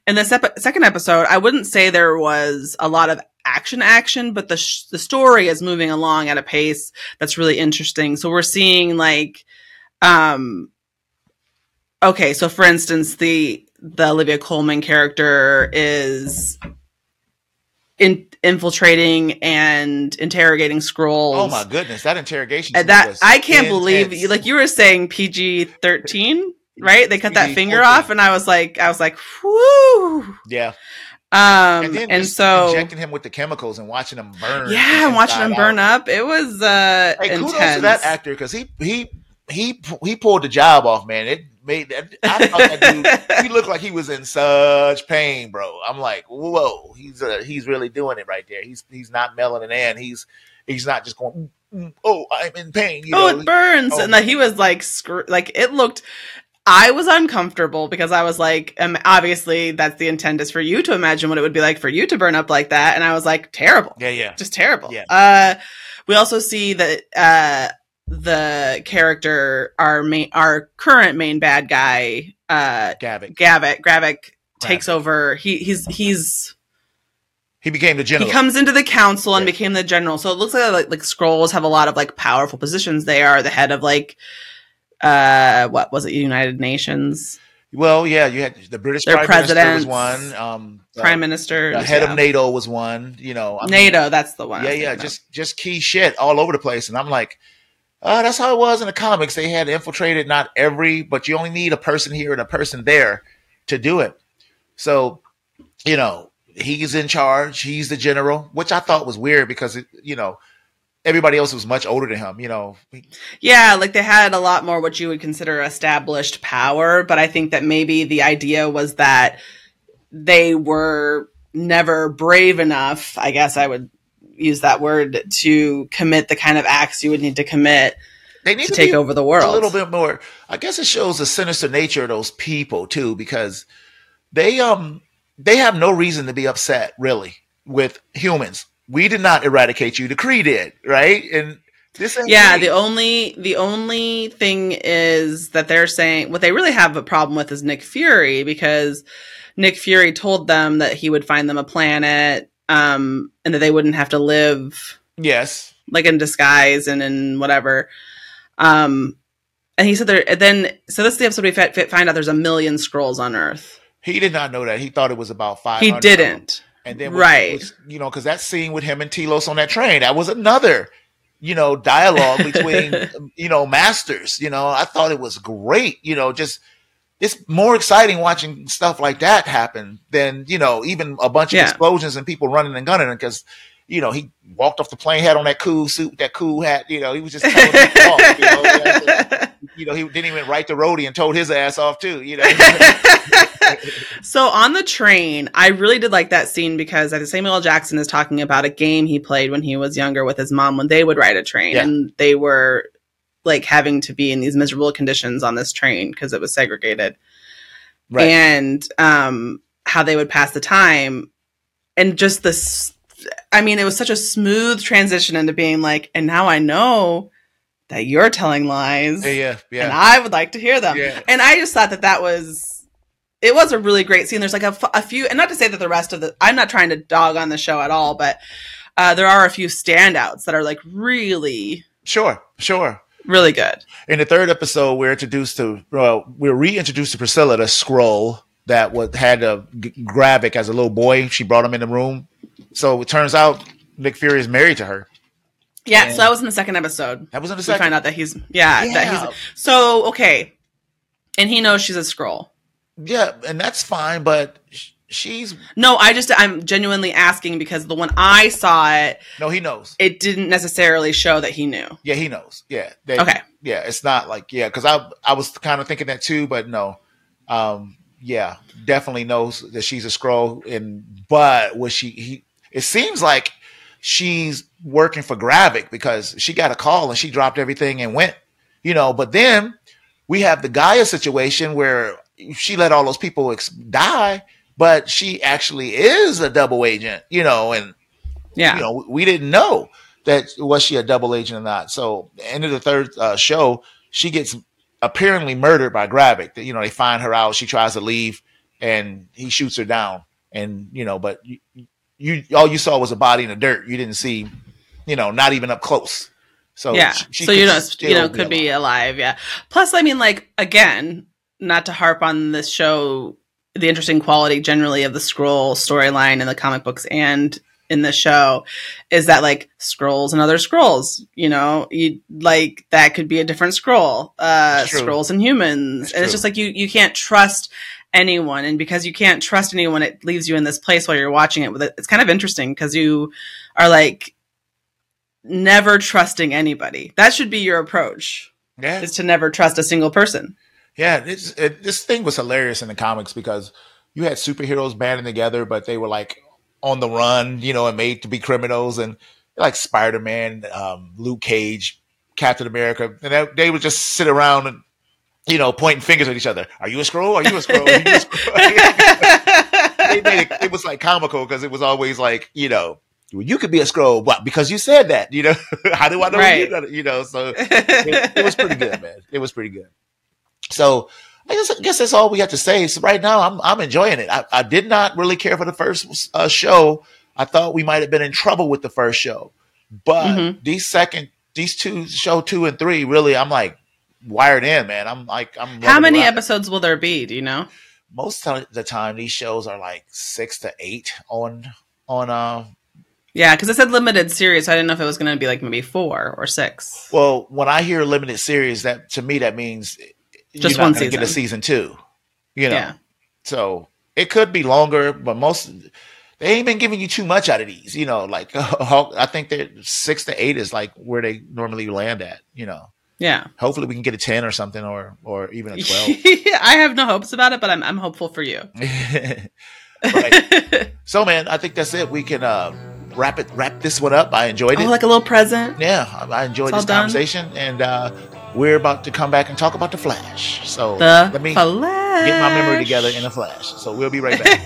in the sep- second episode I wouldn't say there was a lot of action action, but the sh- the story is moving along at a pace that's really interesting. So we're seeing like, um, okay, so for instance the the Olivia Coleman character is in, infiltrating and interrogating scrolls. oh my goodness that interrogation And scene that was I can't believe intense. you like you were saying PG thirteen, right? They cut that PG-13. finger off and I was like I was like, whoo. yeah Um and, then just so injecting him with the chemicals and watching him burn Yeah, from and watching inside them burn out. up. It was uh hey kudos intense. to that actor because he he he he pulled the job off man it made that i thought that dude he looked like he was in such pain, bro. I'm like, whoa, he's uh, he's really doing it right there. He's he's not melanin and he's he's not just going. "Mm, mm, Oh, I'm in pain. You oh, know, it burns. oh. and that he was like, scr- like it looked. I was uncomfortable because I was like, um, obviously that's the intent is for you to imagine what it would be like for you to burn up like that, and I was like, terrible, Uh, yeah, yeah. just terrible. Yeah. Uh, we also see that uh, the character, our main, our current main bad guy, uh, Gavin. Gavik, Gravik takes over. He he's he's He became the general. he comes into the council and Yeah. became the general. So it looks like like, like scrolls have a lot of like powerful positions. They are the head of like uh what was it United Nations well, yeah, you had the British Their prime minister was presidents, one. Um, the- prime minister the head yeah. of NATO was one. You know, I mean, NATO. That's the one. I yeah, was yeah, thinking of. just just key shit all over the place. And I'm like, uh, that's how it was in the comics. They had infiltrated not every, but you only need a person here and a person there to do it. So, you know, he's in charge. He's the general, which I thought was weird because it, you know, everybody else was much older than him. You know, Yeah, like they had a lot more what you would consider established power, but I think that maybe the idea was that they were never brave enough, I guess I would use that word to commit the kind of acts you would need to commit they need to to, take be over the world. a little bit more. I guess it shows the sinister nature of those people too, because they um they have no reason to be upset really with humans. We did not eradicate you. The Cree did, right? And this ain't Yeah, Cree. the only the only thing is that they're saying what they really have a problem with is Nick Fury because Nick Fury told them that he would find them a planet um and that they wouldn't have to live yes, like in disguise and in whatever. Um, and he said there. and Then so this is the episode we fi- fi- find out there's a million scrolls on Earth. he did not know that. He thought it was about five. He didn't. and then right. was- you know, because that scene with him and Telos on that train, that was another, you know, dialogue between you know masters. You know, I thought it was great. You know, just it's more exciting watching stuff like that happen than you know even a bunch of Yeah. explosions and people running and gunning because you know he walked off the plane had on that cool suit that cool hat you know he was just telling people off, you, know? you know he didn't even write the roadie and told his ass off too you know so on the train, I really did like that scene because I think Samuel L. Jackson is talking about a game he played when he was younger with his mom when they would ride a train Yeah. and they were like having to be in these miserable conditions on this train because it was segregated. and um, how they would pass the time, and just this. I mean, it was such a smooth transition into being like, and now I know that you're telling lies, yeah yeah and yeah, I would like to hear them. yeah. And I just thought that that was. It was a really great scene. There's like a, f- a few, and not to say that the rest of the, I'm not trying to dog on the show at all, but uh, there are a few standouts that are like really, sure sure really good. In the third episode, we're introduced to well, we're reintroduced to Priscilla, the scroll that was had a g- Gravik as a little boy. She brought him in the room. So it turns out Nick Fury is married to her. Yeah. Yeah. So that was in the second episode. That was in the We find second. out that he's, yeah, that he's yeah, So okay, and he knows she's a scroll. yeah, and that's fine, but sh- she's No, I just I'm genuinely asking because the one I saw it, no, he knows. it didn't necessarily show that he knew. Yeah, he knows. Yeah. They, Okay. Yeah, it's not like yeah, because I I was kind of thinking that too, but no. Um, yeah, definitely knows that she's a scroll, and but was she? He. It seems like she's working for Gravik because she got a call and she dropped everything and went. You know, but then we have the Gaia situation where she let all those people ex- die, but she actually is a double agent. You know, and Yeah. you know, we didn't know that was she a double agent or not. So end of the third uh, show, she gets apparently murdered by Gravik. You know, they find her out. She tries to leave, and he shoots her down. And you know, but you, you all you saw was a body in the dirt. You didn't see, you know, not even up close. So yeah. Oh, she- she so you could know, still you know, could alive. be alive. Yeah. Plus, I mean, like again, not to harp on this show, the interesting quality generally of the scroll storyline in the comic books and in the show is that like scrolls and other scrolls you know you like that could be a different scroll uh That's true. scrolls and humans That's and it's true. just like you you can't trust anyone and because you can't trust anyone it leaves you in this place while you're watching it with it. it's kind of interesting because you are like never trusting anybody that should be your approach Yeah. is to never trust a single person Yeah, this it, this thing was hilarious in the comics because you had superheroes banding together, but they were like on the run, you know, and made to be criminals, and like Spider Man, um, Luke Cage, Captain America, and they, they would just sit around and you know pointing fingers at each other. Are you a scroll? Are you a scroll? Are you a scroll? They made it, it was like comical because it was always like you know Well, you could be a scroll, but because you said that, you know, how do I know? Right. You, know you know, so it, it was pretty good, man. It was pretty good. So I guess, I guess that's all we have to say. So right now, I'm I'm enjoying it. I, I did not really care for the first uh, show. I thought we might have been in trouble with the first show, but Mhm. these second, these two show two and three, really, I'm like wired in, man. I'm like I'm. loving How the many ride. episodes will there be? Do you know? Most of the time, these shows are like six to eight on on uh Yeah, because it said limited series. So I didn't know if it was going to be like maybe four or six. Well, when I hear limited series, that to me that means Just you're not one gonna get a season season. two. You know, Yeah. so it could be longer, but most they ain't been giving you too much out of these. You know, like I think that six to eight is like where they normally land at. You know, Yeah. hopefully we can get a ten or something, or or even a twelve. I have no hopes about it, but I'm, I'm hopeful for you. right. So, man, I think that's it. We can uh, wrap it, wrap this one up. I enjoyed oh, it. like a little present. yeah, I, I enjoyed It's all this done. conversation, and uh, we're about to come back and talk about the Flash. So The let me flash. get my memory together in a flash. So we'll be right back.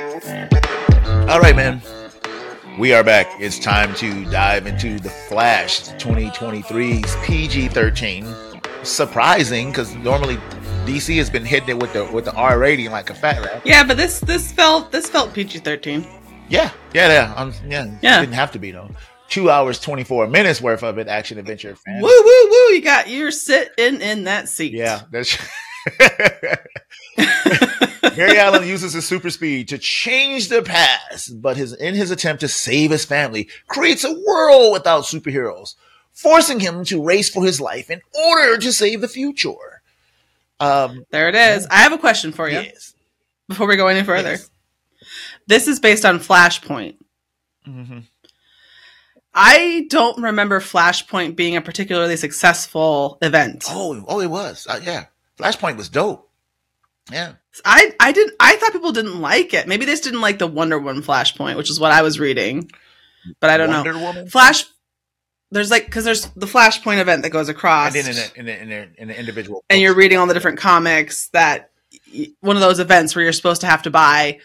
All right, man. We are back. It's time to dive into the Flash 2023's PG 13. Surprising, because normally DC has been hitting it with the with the R rating like a fat rat. yeah, but this this felt this felt PG thirteen. Yeah, yeah, yeah. Um, yeah, Yeah. Didn't have to be though. Two hours twenty four minutes worth of it action adventure. Woo Fan. woo woo! You got you're sitting in that seat. Yeah, that's. Barry Allen uses his super speed to change the past, but his in his attempt to save his family creates a world without superheroes, forcing him to race for his life in order to save the future. Um, there it is. I have a question for you yes, before we go any further. Yes. This is based on Flashpoint. Mhm. I don't remember Flashpoint being a particularly successful event. Oh, oh, it was. Uh, yeah, Flashpoint was dope. Yeah. I I didn't I thought people didn't like it. Maybe they just didn't like the Wonder Woman Flashpoint, which is what I was reading. But I don't Wonder know. Woman. Flash there's like cuz there's the Flashpoint event that goes across. And then in the, in the, in the, in the individual. and you're books. reading all the different comics that y- one of those events where you're supposed to have to buy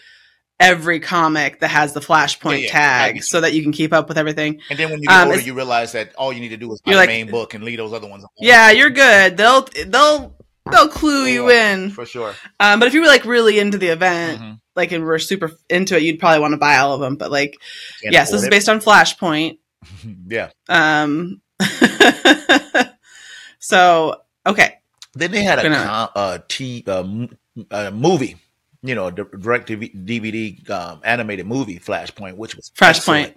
every comic that has the flashpoint Yeah, yeah, I tag get so that you can keep up with everything And then when you get Um, older, it's- you realize that all you need to do is buy You're the like- main book and leave those other ones. alone. yeah you're good they'll they'll they'll clue you Yeah, in for sure. um, but if you were like really into the event Mhm. like and were super into it you'd probably want to buy all of them but like Can't yes this is afford based on flashpoint it. yeah. um so okay Then they had a Gonna- com- uh, t- uh, m- uh, movie, you know, a di- direct DV- DVD um, animated movie, Flashpoint, which was Flashpoint. excellent.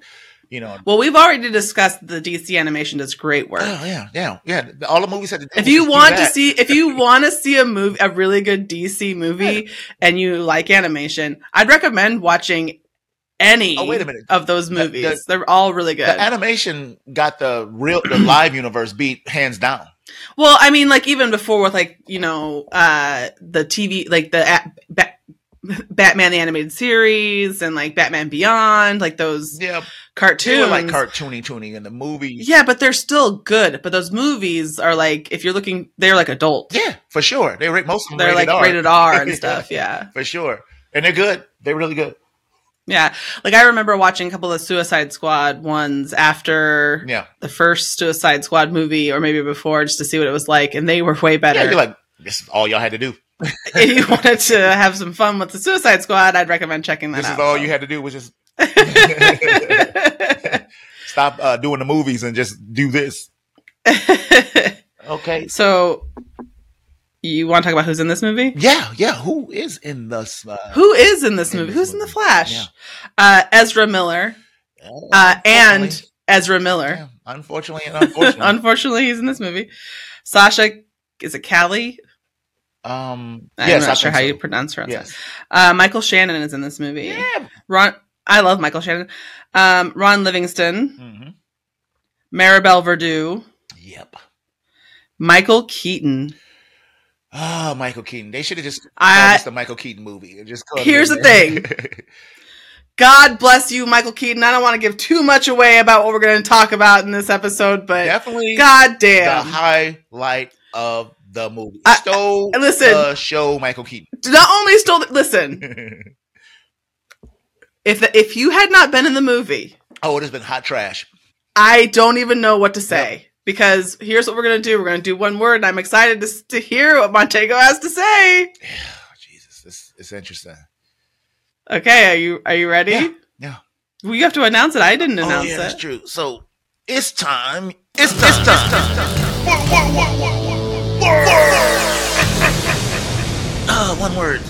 You know, well we've already discussed the dc animation does great work oh yeah, yeah, yeah. All the movies had to do if was you just do want to that. see if you want to see a movie a really good dc movie and you like animation i'd recommend watching any Oh, wait a minute. of those The- movies the- they're all really good the animation got the real the live universe beat hands down. well i mean like even before with like you know uh the tv like the a- Ba- batman the animated series and like batman beyond like those Yeah, cartoons they were like cartoony, toony in the movies. yeah but they're still good but those movies are like if you're looking they're like adult Yeah, for sure. They ra- most of them they're rated like R. rated r and stuff yeah for sure, and they're good. They're really good. Yeah. Like I remember watching a couple of Suicide Squad ones after Yeah, the first Suicide Squad movie or maybe before just to see what it was like and they were way better. yeah. You're like, this is all y'all had to do. if you wanted to have some fun with the Suicide Squad, I'd recommend checking that This out. is all you had to do was just stop uh, doing the movies and just do this. Okay. so you want to talk about who's in this movie? Yeah, yeah. Who is in this? Uh, Who is in this In movie? this Who's in the movie. Flash? Yeah. Uh, Ezra Miller uh, and unfortunately- Ezra Miller. yeah, unfortunately and unfortunately, Unfortunately, he's in this movie. Sasha is it Callie? um, I'm yes, I not sure think how so. you pronounce her. Yes. Uh, Michael Shannon is in this movie. Yeah. Ron, I love Michael Shannon. Um, Ron Livingston, hmm Maribel Verdú, Yep. Michael Keaton. Oh, Michael Keaton. They should have just called I- this the Michael Keaton movie. and Just called it Here's in the there. God bless you, Michael Keaton. I don't want to give too much away about what we're going to talk about in this episode, but Definitely god the damn, highlight of the movie. I- Stole listen. the show, Michael Keaton. Not only stole. The, listen, if the, if you had not been in the movie, oh, it has been hot trash. I don't even know what to say because here's what we're gonna do. We're gonna do one word, and I'm excited to s- to hear what Montego has to say. Oh, Jesus, this it's interesting. Okay, are you are you ready? Yeah, yeah. Well, you have to announce it. I didn't Oh, announce yeah, it. that's true. So it's time. It's time. It's time. Uh, one word.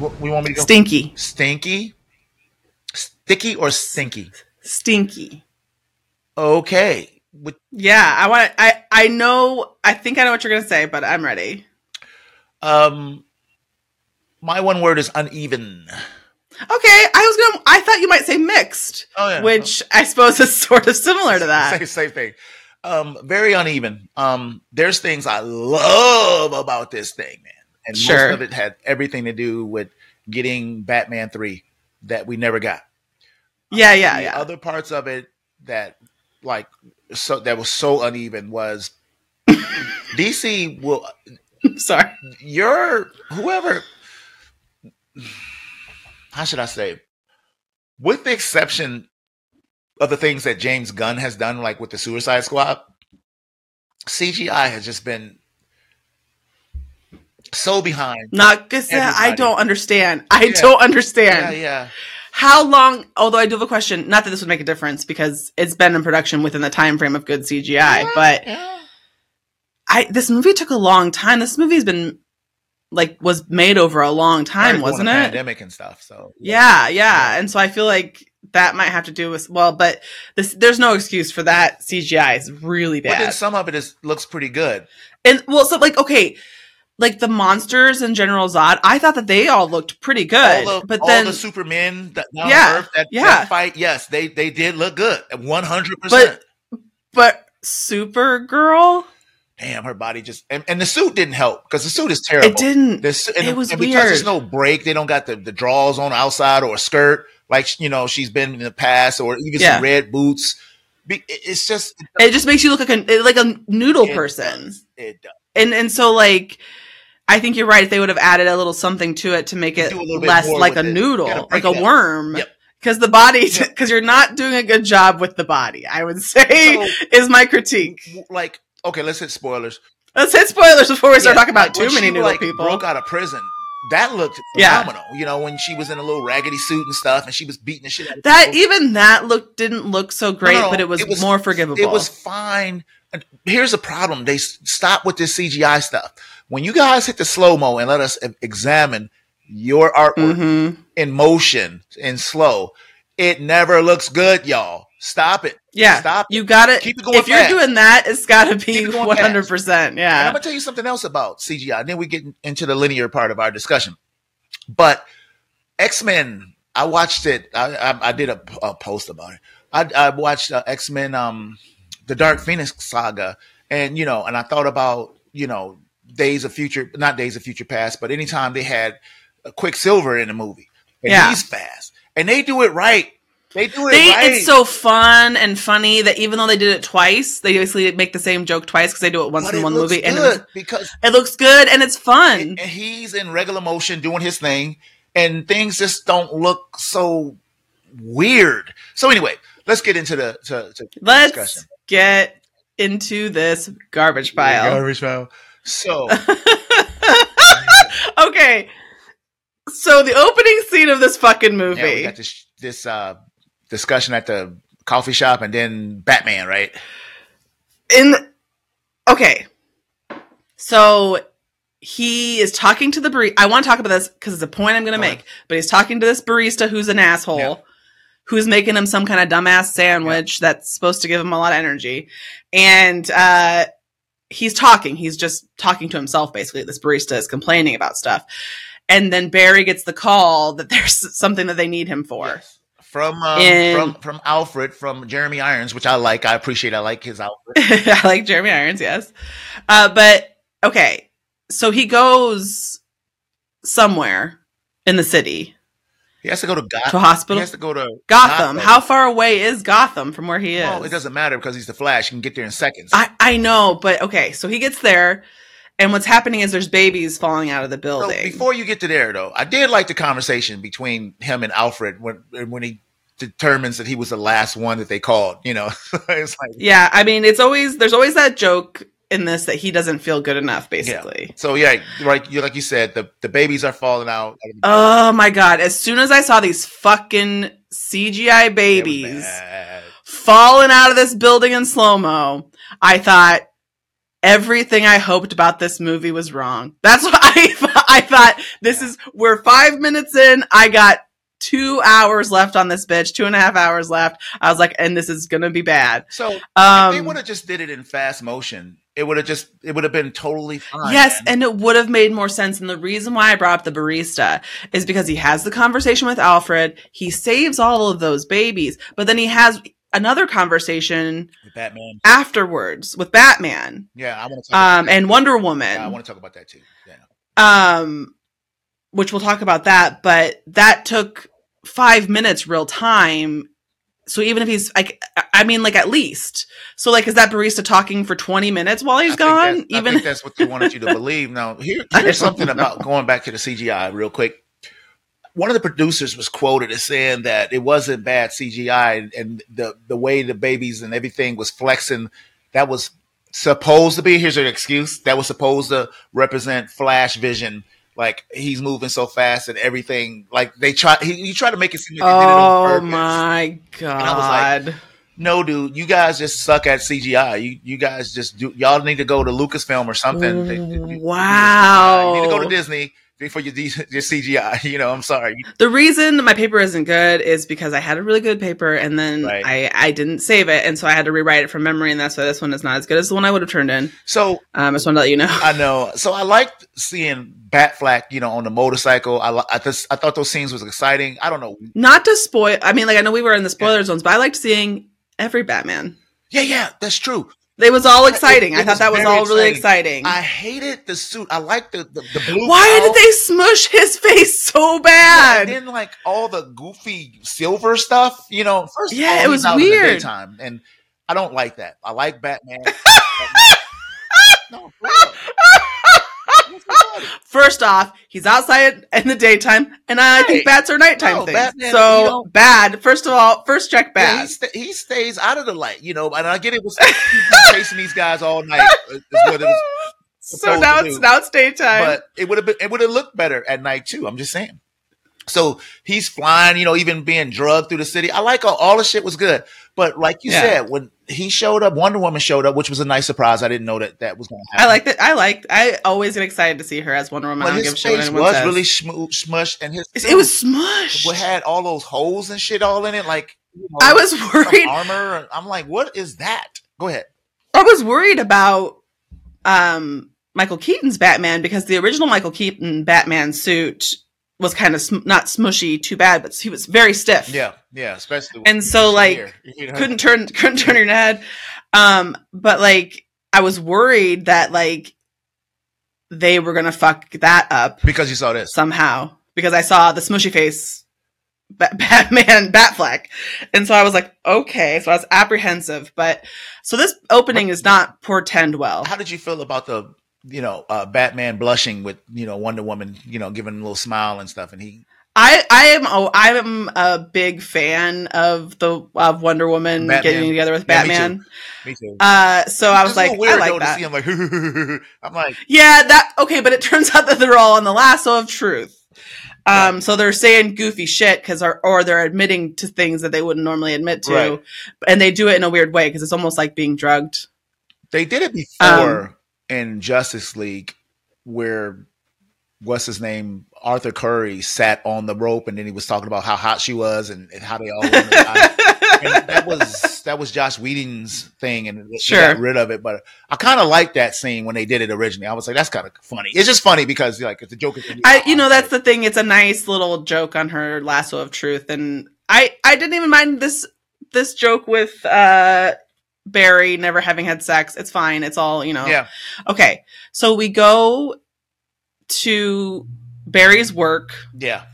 W- We want me to go Stinky. stinky, sticky, or stinky? Stinky. Okay. With- Yeah, I want. I I know. I think I know what you're gonna say, but I'm ready. Um, my one word is uneven. Okay, I was gonna. I thought you might say mixed, Oh yeah. which I suppose is sort of similar to that. Same, same thing. Um, very uneven. Um, there's things I love about this thing, man. And Sure. most of it had everything to do with getting Batman 3 that we never got. Yeah, yeah, the yeah. other parts of it that like so that was so uneven was DC will Sorry. your whoever how should I say with the exception of the things that James Gunn has done like with the Suicide Squad CGI has just been so behind Not because I Everybody. don't understand. I Yeah. don't understand. yeah yeah How long? Although I do have a question. Not that this would make a difference because it's been in production within the time frame of good CGI. But yeah. I this movie took a long time. This movie's been like was made over a long time, During wasn't the it? pandemic and stuff so Yeah, yeah. And so I feel like that might have to do with well, but this there's no excuse for that. CGI is really but then bad. some of it is looks pretty good And well, so like okay, like the monsters in General Zod, I thought that they all looked pretty good, all the, but all then the Supermen that down Yeah, on Earth, that, yeah. that fight, yes, they they did look good, one hundred percent. But- but Supergirl, Damn, her body just and, and the suit didn't help because the suit is terrible. it didn't. The su- and, it was and because there's weird. no break, they don't got the, the draws on outside or a skirt like you know she's been in the past or even Yeah. some red boots. Be- it- It's just It just makes you look like a like a noodle it person, does, it does. and and so like. I think you're right. If they would have added a little something to it to make it Do a little bit less more like a with it. Gotta noodle, like break a that. worm, Yep. because the body, Yep. because you're not doing a good job with the body. I would say So, is my critique. w- like okay, let's hit spoilers. Let's hit spoilers before we start Yeah, talking about like, when too many she, noodle like, people. Broke out of prison. That looked Yeah. phenomenal. You know, when she was in a little raggedy suit and stuff, and she was beating the shit out of That people. even that look didn't look so great, no, but it was, it was- more forgivable. It was fine. And Here's the problem: they s- stop with this CGI stuff. When you guys hit the slow mo and let us e- examine your artwork hmm in motion in slow, it never looks good, y'all. Stop it. Yeah, Stop. you got it. Keep it going if you're fast. doing that, it's got to be Keep it going one fast. hundred percent. And I'm Yeah, gonna tell you something else about CGI. And then we get into the linear part of our discussion. But X Men, I watched it. I, I, I did a, a post about it. I, I watched uh, X Men, um, the Dark Phoenix saga, and you know, and I thought about you know Days of Future, not Days of Future Past, but anytime they had a Quicksilver in the movie, and Yeah. he's fast, and they do it right. They do it they, right. it's so fun and funny that even though they did it twice, they basically make the same joke twice because they do it once but in it one looks movie, and it, good was- because it looks good and it's fun. and he's in regular motion doing his thing, and things just don't look so weird. So anyway, let's get into the to, to Let's discussion. get into this garbage Yeah, pile. garbage pile. So Okay. So the opening scene of this fucking movie. yeah, we got this this uh, discussion at the coffee shop, and then Batman, right? in okay so he is talking to the barista i want to talk about this because it's a point i'm gonna Go make but he's talking to this barista who's an asshole Yeah. who's making him some kind of dumbass sandwich that's supposed to give him a lot of energy and uh he's talking he's just talking to himself basically this barista is complaining about stuff and then barry gets the call that there's something that they need him for Yes. From um, And- from from Alfred, from Jeremy Irons, which I like. I appreciate. I like his outfit. I like Jeremy Irons, yes. Uh, but okay, so he goes somewhere in the city He has to go to to a Gotham. He hospital. has to go to Gotham. Gotham. How far away is Gotham from where he is? Oh, it doesn't matter because he's the Flash. He can get there in seconds. I I know, but okay, so he gets there, And what's happening is there's babies falling out of the So building. before you get to there, though, I did like the conversation between him and Alfred when when he determines that he was the last one that they called. You know, it's like yeah, I mean, it's always there's always that joke in this that he doesn't feel good enough, basically. so. Yeah, right. You like you said, the the babies are falling out. Oh my god! As soon as I saw these fucking CGI It was babies bad. falling out of this building in slow mo, I thought everything I hoped about this movie was wrong. That's what I thought. I thought this is we're five minutes in. I got two hours left on this bitch, two and a half hours left. I was like, and this is gonna be bad. So if they Um, would have just did it in fast motion. It would have just it would have been totally fine. Yes, man. and it would have made more sense. And the reason why I brought up the barista is because he has the conversation with Alfred. He saves all of those babies, but then he has another conversation Batman. afterwards with Batman Yeah, I want to. Talk um, and Wonder about, I Woman, want to talk about that too. Yeah. um, which we'll talk about that. But that took five minutes real time. So even if he's like, I mean, like at least, so like, is that barista talking for twenty minutes while he's I think gone? that's- I Even think that's what they wanted you to believe. Now, here, I don't here's something about going back to the CGI real quick. One of the producers was quoted as saying that it wasn't bad CGI, and, and the the way the babies and everything was flexing, that was supposed to be. Here's an excuse that was supposed to represent Flash Vision. Like he's moving so fast and everything. Like they try, he, he tried to make it seem like they did it on oh purpose. my I god. No, dude, you guys just suck at CGI. You you guys just do. Y'all need to go to Lucasfilm or something. They- they- they- they- Wow. You need to go to Disney before you do your CGI. You know, I'm sorry. The reason my paper isn't good is because I had a really good paper and then Right. I, I didn't save it. And so I had to rewrite it from memory. And that's why this one is not as good as the one I would have turned in. So Um, I just want to let you know. I know. So I liked seeing Batflack, you know, on the motorcycle. I li- I, just, I thought those scenes was exciting. I don't know. Not to spoil, I mean, like, I know we were in the spoiler zones, but I liked seeing every Batman. Yeah, yeah, that's true. It was all exciting. it I thought was that was very all really exciting. I hated the suit. I liked the the, the blue. Why cowl. did they smush his face so And bad? then like all the goofy silver stuff, you know. First, of Yeah, all, it he's was out in the weird. daytime, and I don't like that. I like Batman. no, for real. First off, he's outside in the daytime, and I think Right. bats are nighttime No, things. Batman, you so don't- bad. First of all, first check bad. Yeah, he, sta he stays out of the light, you know. And I get it was he's been chasing these guys all night. uh, is what it was, so supposed now to it's do. now it's daytime. but it would have been it would have looked better at night too. I'm just saying. So he's flying, you know, even being drugged through the city. I like all, all the shit was good, but like you Yeah. said, when he showed up, Wonder Woman showed up, which was a nice surprise. I didn't know that that was going to I happen. like that. I like. I always get excited to see her as Wonder Woman. I um, but don't his give a shit what face anyone was says. really shmoo- smushed, and his It- it was smushed. what had all those holes and shit all in it, like you know, I was some worried. armor. I'm like, what is that? Go ahead. I was worried about um Michael Keaton's Batman because the original Michael Keaton Batman suit was kind of sm- not smushy, too bad, but he was very stiff. Yeah, yeah, especially And so, like, here, you know? couldn't turn couldn't turn your head um but like i was worried that like they were gonna fuck that up because you saw this. somehow because i saw the smushy face ba- batman batfleck and so i was like okay so i was apprehensive but so this opening is not portend well How did you feel about the you know uh, Batman blushing with you know Wonder Woman you know giving him a little smile and stuff, and he I I am oh I am a big fan of the of Wonder Woman Batman. getting together with Yeah, me too. Batman. me too. uh, so I was It's a little like, weird I though like that. to see him like I'm like Yeah, that okay, but it turns out that they're all on the lasso of truth. Um, so they're saying goofy shit because, or, or they're admitting to things that they wouldn't normally admit to, Right. and they do it in a weird way because it's almost like being drugged. they did it Um, before in Justice League where what's his name Arthur Curry sat on the rope and then he was talking about how hot she was and, and how they all wanted to die. and that was that was Josh Whedon's thing, and they Sure. got rid of it. But I kind of liked that scene when they did it originally. I was like, that's kind of funny. It's just funny because like it's a joke. is- I, you know, that's the thing. It's a nice little joke on her lasso of truth, and I, I didn't even mind this this joke with uh, Barry never having had sex. It's fine. It's all you know. yeah. Okay, so we go to Barry's work. Yeah,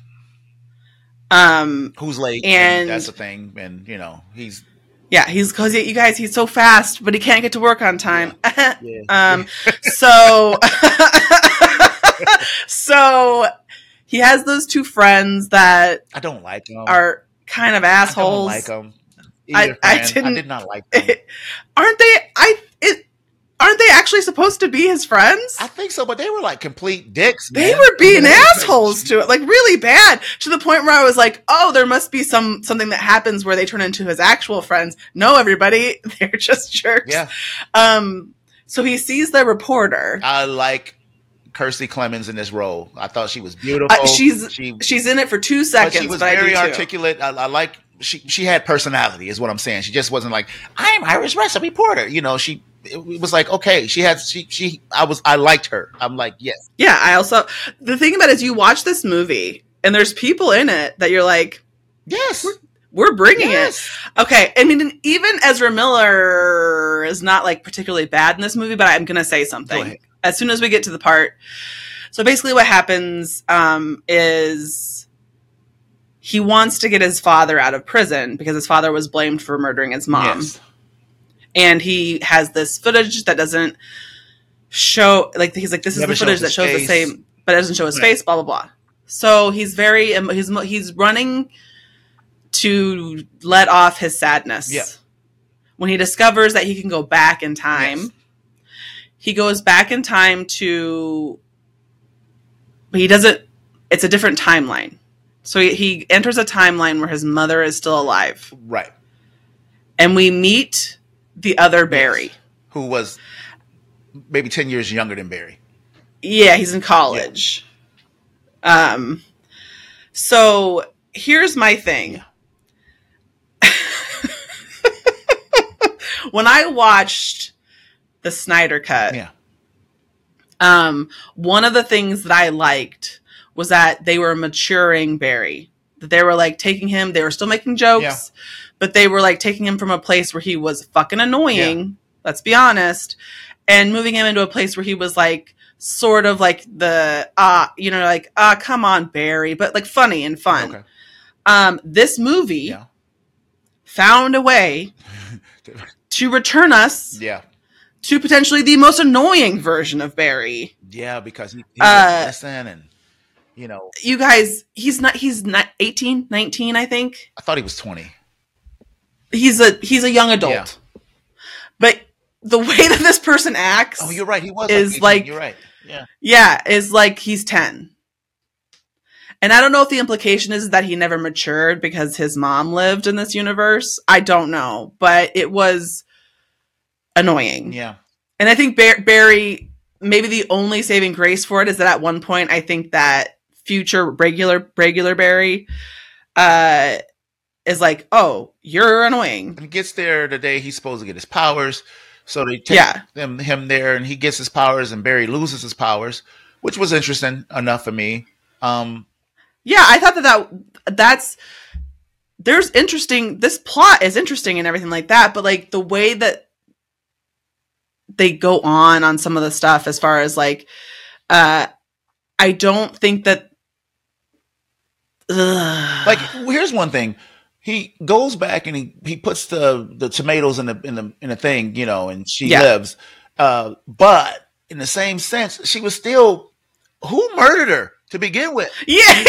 Um, who's late? And- that's the thing, and you know he's Yeah, he's because you guys, he's so fast, but he can't get to work on time. Yeah. um, so, so he has those two friends that I don't like them. are kind of Oh. I don't assholes. like them. I- Either, I friend. I, didn't- did not like them. aren't they? I it, aren't they actually supposed to be his friends? I think so, but they were like complete dicks. they man. were being Yeah. assholes to it, like really bad, to the point where I was like, "Oh, there must be some something that happens where they turn into his actual friends." No, everybody, they're just jerks. Yeah, Um. So he sees the reporter. I like Kirstie Clemens in this role. I thought she was beautiful. Uh, she's- she, She's in it for two but seconds, but, she was I very do too. articulate. I, I like she she had personality, is what I'm saying. She just wasn't like I'm Irish recipe reporter. You know, she it was like okay, she had she she. I was I liked her. I'm like yes, Yeah, I also the thing about it is you watch this movie and there's people in it that you're like, yes, we're bringing it. yes. Okay, I mean, even Ezra Miller is not like particularly bad in this movie, but I'm gonna say Go something ahead. as soon as we get to the part. So basically, what happens um, is he wants to get his father out of prison because his father was blamed for murdering his mom, Yes. and he has this footage that doesn't show like he's like this Never is the shows footage that his shows face. the same but it doesn't show his Right. face blah blah blah so he's very em- he's mo- he's running to let off his sadness Yeah. when he discovers that he can go back in time Yes. he goes back in time to but he doesn't it's a different timeline so he, he enters a timeline where his mother is still alive Right. and we meet the other barry Who was maybe ten years younger than Barry? Yeah, he's in college. Um so here's my thing. when I watched the Snyder cut, Yeah. um one of the things that I liked was that they were maturing Barry. That they were like taking him, they were still making jokes, Yeah. but they were like taking him from a place where he was fucking annoying, let's be honest, and moving him into a place where he was like sort of like the ah, you know, like ah, come on, Barry, but like funny and fun. Okay. Um, this movie Yeah. found a way to return us Yeah. to potentially the most annoying version of Barry. Yeah, because he, he was Uh, missing and you know, You guys, he's not he's not 18, 19, I think. I thought he was twenty. He's a he's a young adult. Yeah. But the way that this person acts Oh, you're right. He was Is 18. like- you're right. Yeah, Yeah, is like he's 10. And I don't know if the implication is that he never matured because his mom lived in this universe. I don't know, but it was annoying. yeah. And I think Bar- Barry, maybe the only saving grace for it is that at one point, I think that future regular regular Barry uh, is like, "Oh, you're annoying." And he gets there the day he's supposed to get his powers. So they take Yeah. him him there, and he gets his powers, and Barry loses his powers, which was interesting enough for me. Um, Yeah, I thought that, that that's there's interesting this plot is interesting and everything like that, but like the way that they go on on some of the stuff as far as like uh I don't think that Ugh. like here's one thing: he goes back and he, he puts the the tomatoes in the in the in the thing, you know, and she Yeah. lives. Uh, but in the same sense, she was still who murdered her to begin with. yeah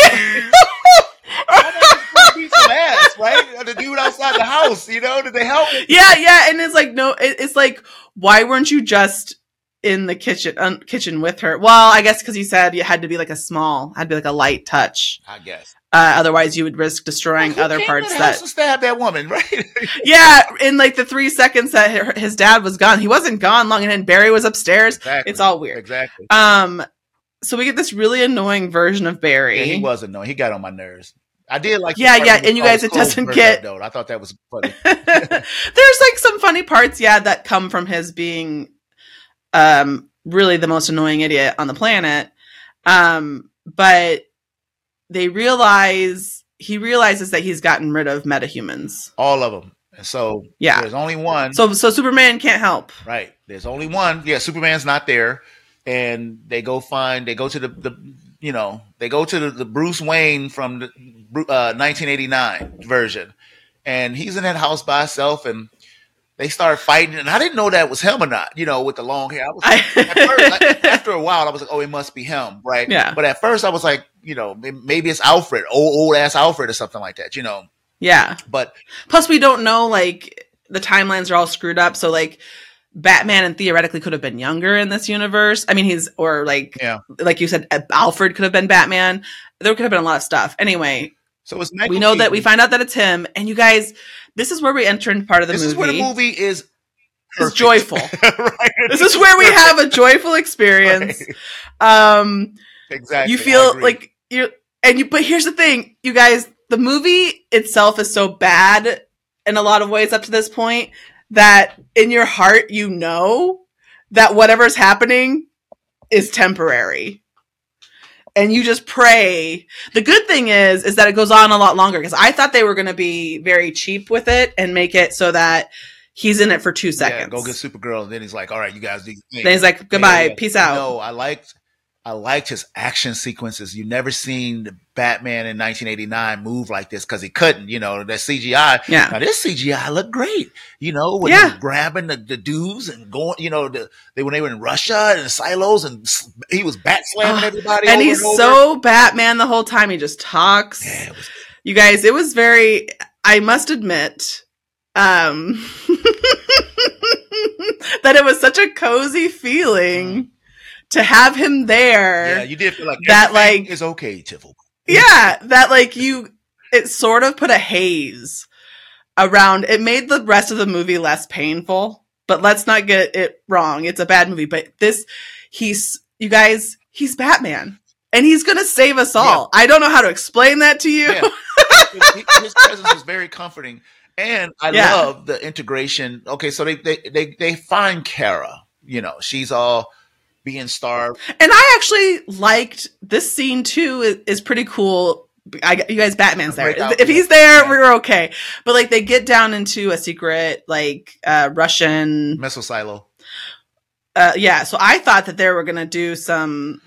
beat some ass, right? The dude outside the house, you know, did they help him? yeah yeah and it's like no it, it's like why weren't you just in the kitchen um, kitchen with her well I guess because you said it had to be like a small had to be like a light touch I guess. uh, otherwise you would risk destroying Who other came parts to the that house and stabbed that woman, right? yeah, in like the three seconds that her- his dad was gone, he wasn't gone long, and then Barry was upstairs. Exactly. It's all weird. Exactly. Um, so we get this really annoying version of Barry. Yeah, he was annoying. He got on my nerves. I did like. the Yeah, part yeah, when he and you saw guys, his it doesn't clothes get- burnt up, though. I thought that was funny. There's like some funny parts, yeah, that come from his being um really the most annoying idiot on the planet. Um, but they realize he realizes that he's gotten rid of metahumans. all of them. And so Yeah. there's only one. So so Superman can't help. right. There's only one. Yeah, Superman's not there, and they go find. They go to the the. You know, they go to the, the Bruce Wayne from the Bru- uh, 1989 version, and he's in that house by himself, and they started fighting, and I didn't know that was him or not. You know, with the long hair. I was like, at first, like, after a while, I was like, oh, it must be him, right? Yeah. But at first, I was like, you know, may- maybe it's Alfred, old old ass Alfred or something like that, you know. yeah. But Plus, we don't know like the timelines are all screwed up. So like, Batman and theoretically could have been younger in this universe. I mean, he's or like, Yeah. like you said, uh, Alfred could have been Batman. There could have been a lot of stuff. Anyway, so it's Michael we know that Keaton. we find out that it's him. And you guys, this is where we enter in part of the this movie. is where the movie is. It's perfect. joyful. right? this is where we have a joyful experience. Um, Exactly. you I feel agree. like you're and you but here's the thing you guys the movie itself is so bad in a lot of ways up to this point that in your heart you know that whatever's happening is temporary and you just pray the good thing is is that it goes on a lot longer because i thought they were going to be very cheap with it and make it so that he's in it for two Yeah, seconds go get Supergirl, and then he's like, "All right, you guys do." your thing." then he's like goodbye Yeah, yeah. peace out No, I liked I liked his action sequences. You never seen the Batman in 1989 move like this because he couldn't. You know that CGI. yeah Now this CGI looked great. You know when Yeah. he was grabbing the, the dudes and going. You know the, they when they were in Russia and silos and s- he was bat slamming Ah, everybody. and over he's over. so Batman the whole time. He just talks. Yeah, it was- You guys, it was very. I must admit, um, that it was such a cozy feeling to have him there. Mm. yeah, you did feel like That, everything like- is okay, Tiffle. Yeah, that like you, it sort of put a haze around. It made the rest of the movie less painful, but let's not get it wrong. It's a bad movie, but this, he's, you guys, he's Batman and he's going to save us all. I don't know how to explain that to you. Yeah. his, his presence was very comforting, and I Yeah. love the integration. Okay, so they they they, they find Kara. You know, she's all being starved. And I actually liked this scene too. Is, is pretty cool. I, you guys, Batman's there. Break out If the- he's there, yeah. we're okay. But like, they get down into a secret, like uh, Russian Missile silo. uh, yeah, so I thought that they were gonna do some,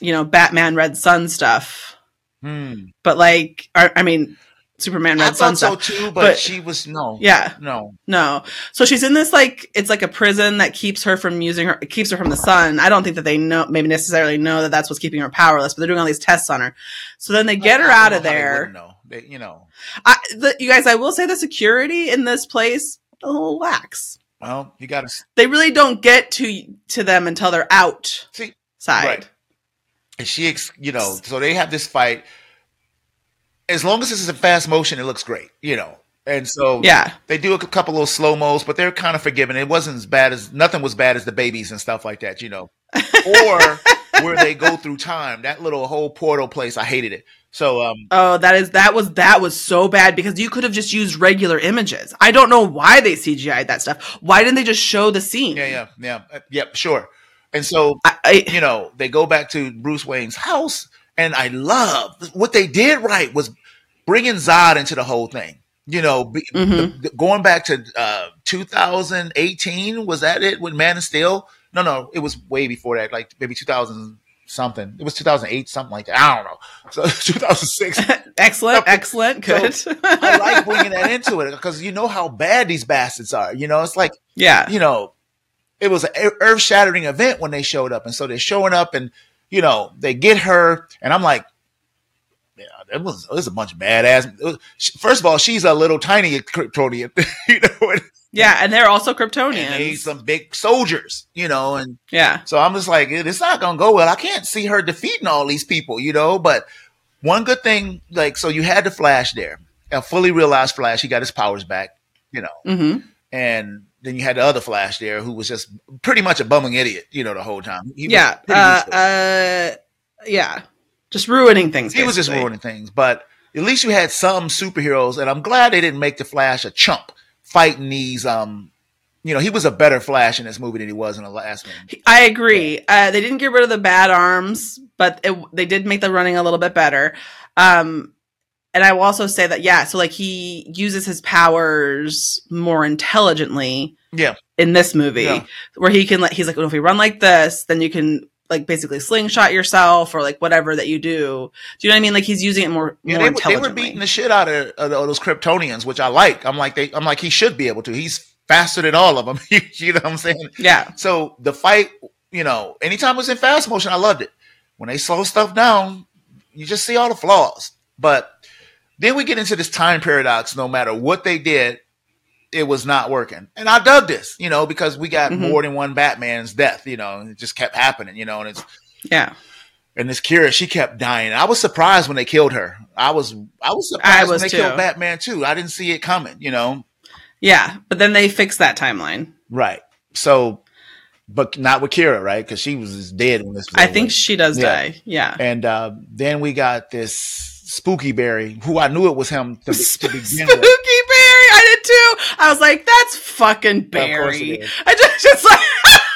you know, Batman Red Sun stuff, Hmm. but like, or, I mean, Superman I Red Sun thought so stuff. too, but, but- she was no, Yeah, no. no. So she's in this like it's like a prison that keeps her from using her, it keeps her from the sun. I don't think that they know, maybe necessarily know that that's what's keeping her powerless, but they're doing all these tests on her. So then they get I- her I out don't of know how they there. wouldn't know. They- you know, I, the, you guys, I will say the security in this place a little lax. well, you got to. They really don't get to to them until they're out See, side. right. And she, ex- you know, so they have this fight. As long as this is in fast motion, it looks great, you know. And so, Yeah. They do a c- couple little slow mos, but they're kind of forgiving. It wasn't as bad as nothing was bad as the babies and stuff like that, you know. Or where they go through time. That little whole portal place, I hated it. So um Oh, that is that was that was so bad because you could have just used regular images. I don't know why they CGI'd that stuff. Why didn't they just show the scene? yeah, yeah, yeah. uh, Yep, sure. And so, I, I, you know, they go back to Bruce Wayne's house and I love what they did right was bringing Zod into the whole thing. You know, be, Mhm. the- the- going back to uh 2018 was that it when Man of Steel? No, no, it was way before that, like maybe 2000 something. It was 2008 something like that. I don't know. So 2006. excellent, excellent, good. I like bringing that into it because you know how bad these bastards are. You know, it's like yeah, you know, it was an earth shattering event when they showed up. And so they're showing up and, you know, they get her. And I'm like, yeah, that was, it was a bunch of badass. First of all, she's a little tiny Kryptonian, you know, and, yeah, and they're also Kryptonians. and uh, they some big soldiers, you know. And yeah, so I'm just like, it's not going to go well. I can't see her defeating all these people, you know. But one good thing, like, so you had the Flash there, a fully realized Flash. He got his powers back, you know hmm and then you had the other Flash there who was just pretty much a bumming idiot, you know, the whole time. He was yeah, uh, pretty useless. uh, yeah, just ruining things. he was just basically. ruining things, but at least you had some superheroes, and I'm glad they didn't make the Flash a chump fighting these. Um, you know, he was a better Flash in this movie than he was in the last one. I agree. Uh, they didn't get rid of the bad arms, but it, they did make the running a little bit better. Um, and I will also say that yeah, so like he uses his powers more intelligently. Yeah. In this movie, Yeah. where he can like he's like, well, if we run like this, then you can like basically slingshot yourself or like whatever that you do. Do you know what I mean? Like he's using it more Yeah, they, were- they more were intelligently. beating the shit out of, of those Kryptonians, which I like. I'm like, they, I'm like, he should be able to. He's faster than all of them. you know what I'm saying? yeah, So the fight, you know, anytime it was in fast motion, I loved it. When they slow stuff down, you just see all the flaws. But then we get into this time paradox. No matter what they did, it was not working. And I dug this, you know, because we got Mhm. more than one Batman's death, you know, and it just kept happening, you know, and it's yeah. and this Kira, she kept dying. I was surprised when they killed her. I was I was surprised was when they too. killed Batman too. I didn't see it coming, you know. Yeah, but then they fix that timeline. Right. So but not with Kira, right? Because she was just dead when this. was I over. think she does Yeah. die. Yeah. And uh, then we got this Spooky Berry, who I knew it was him to, be- to begin Spooky Barry, with. I did too. I was like, that's fucking Barry. Barry. I just, just like,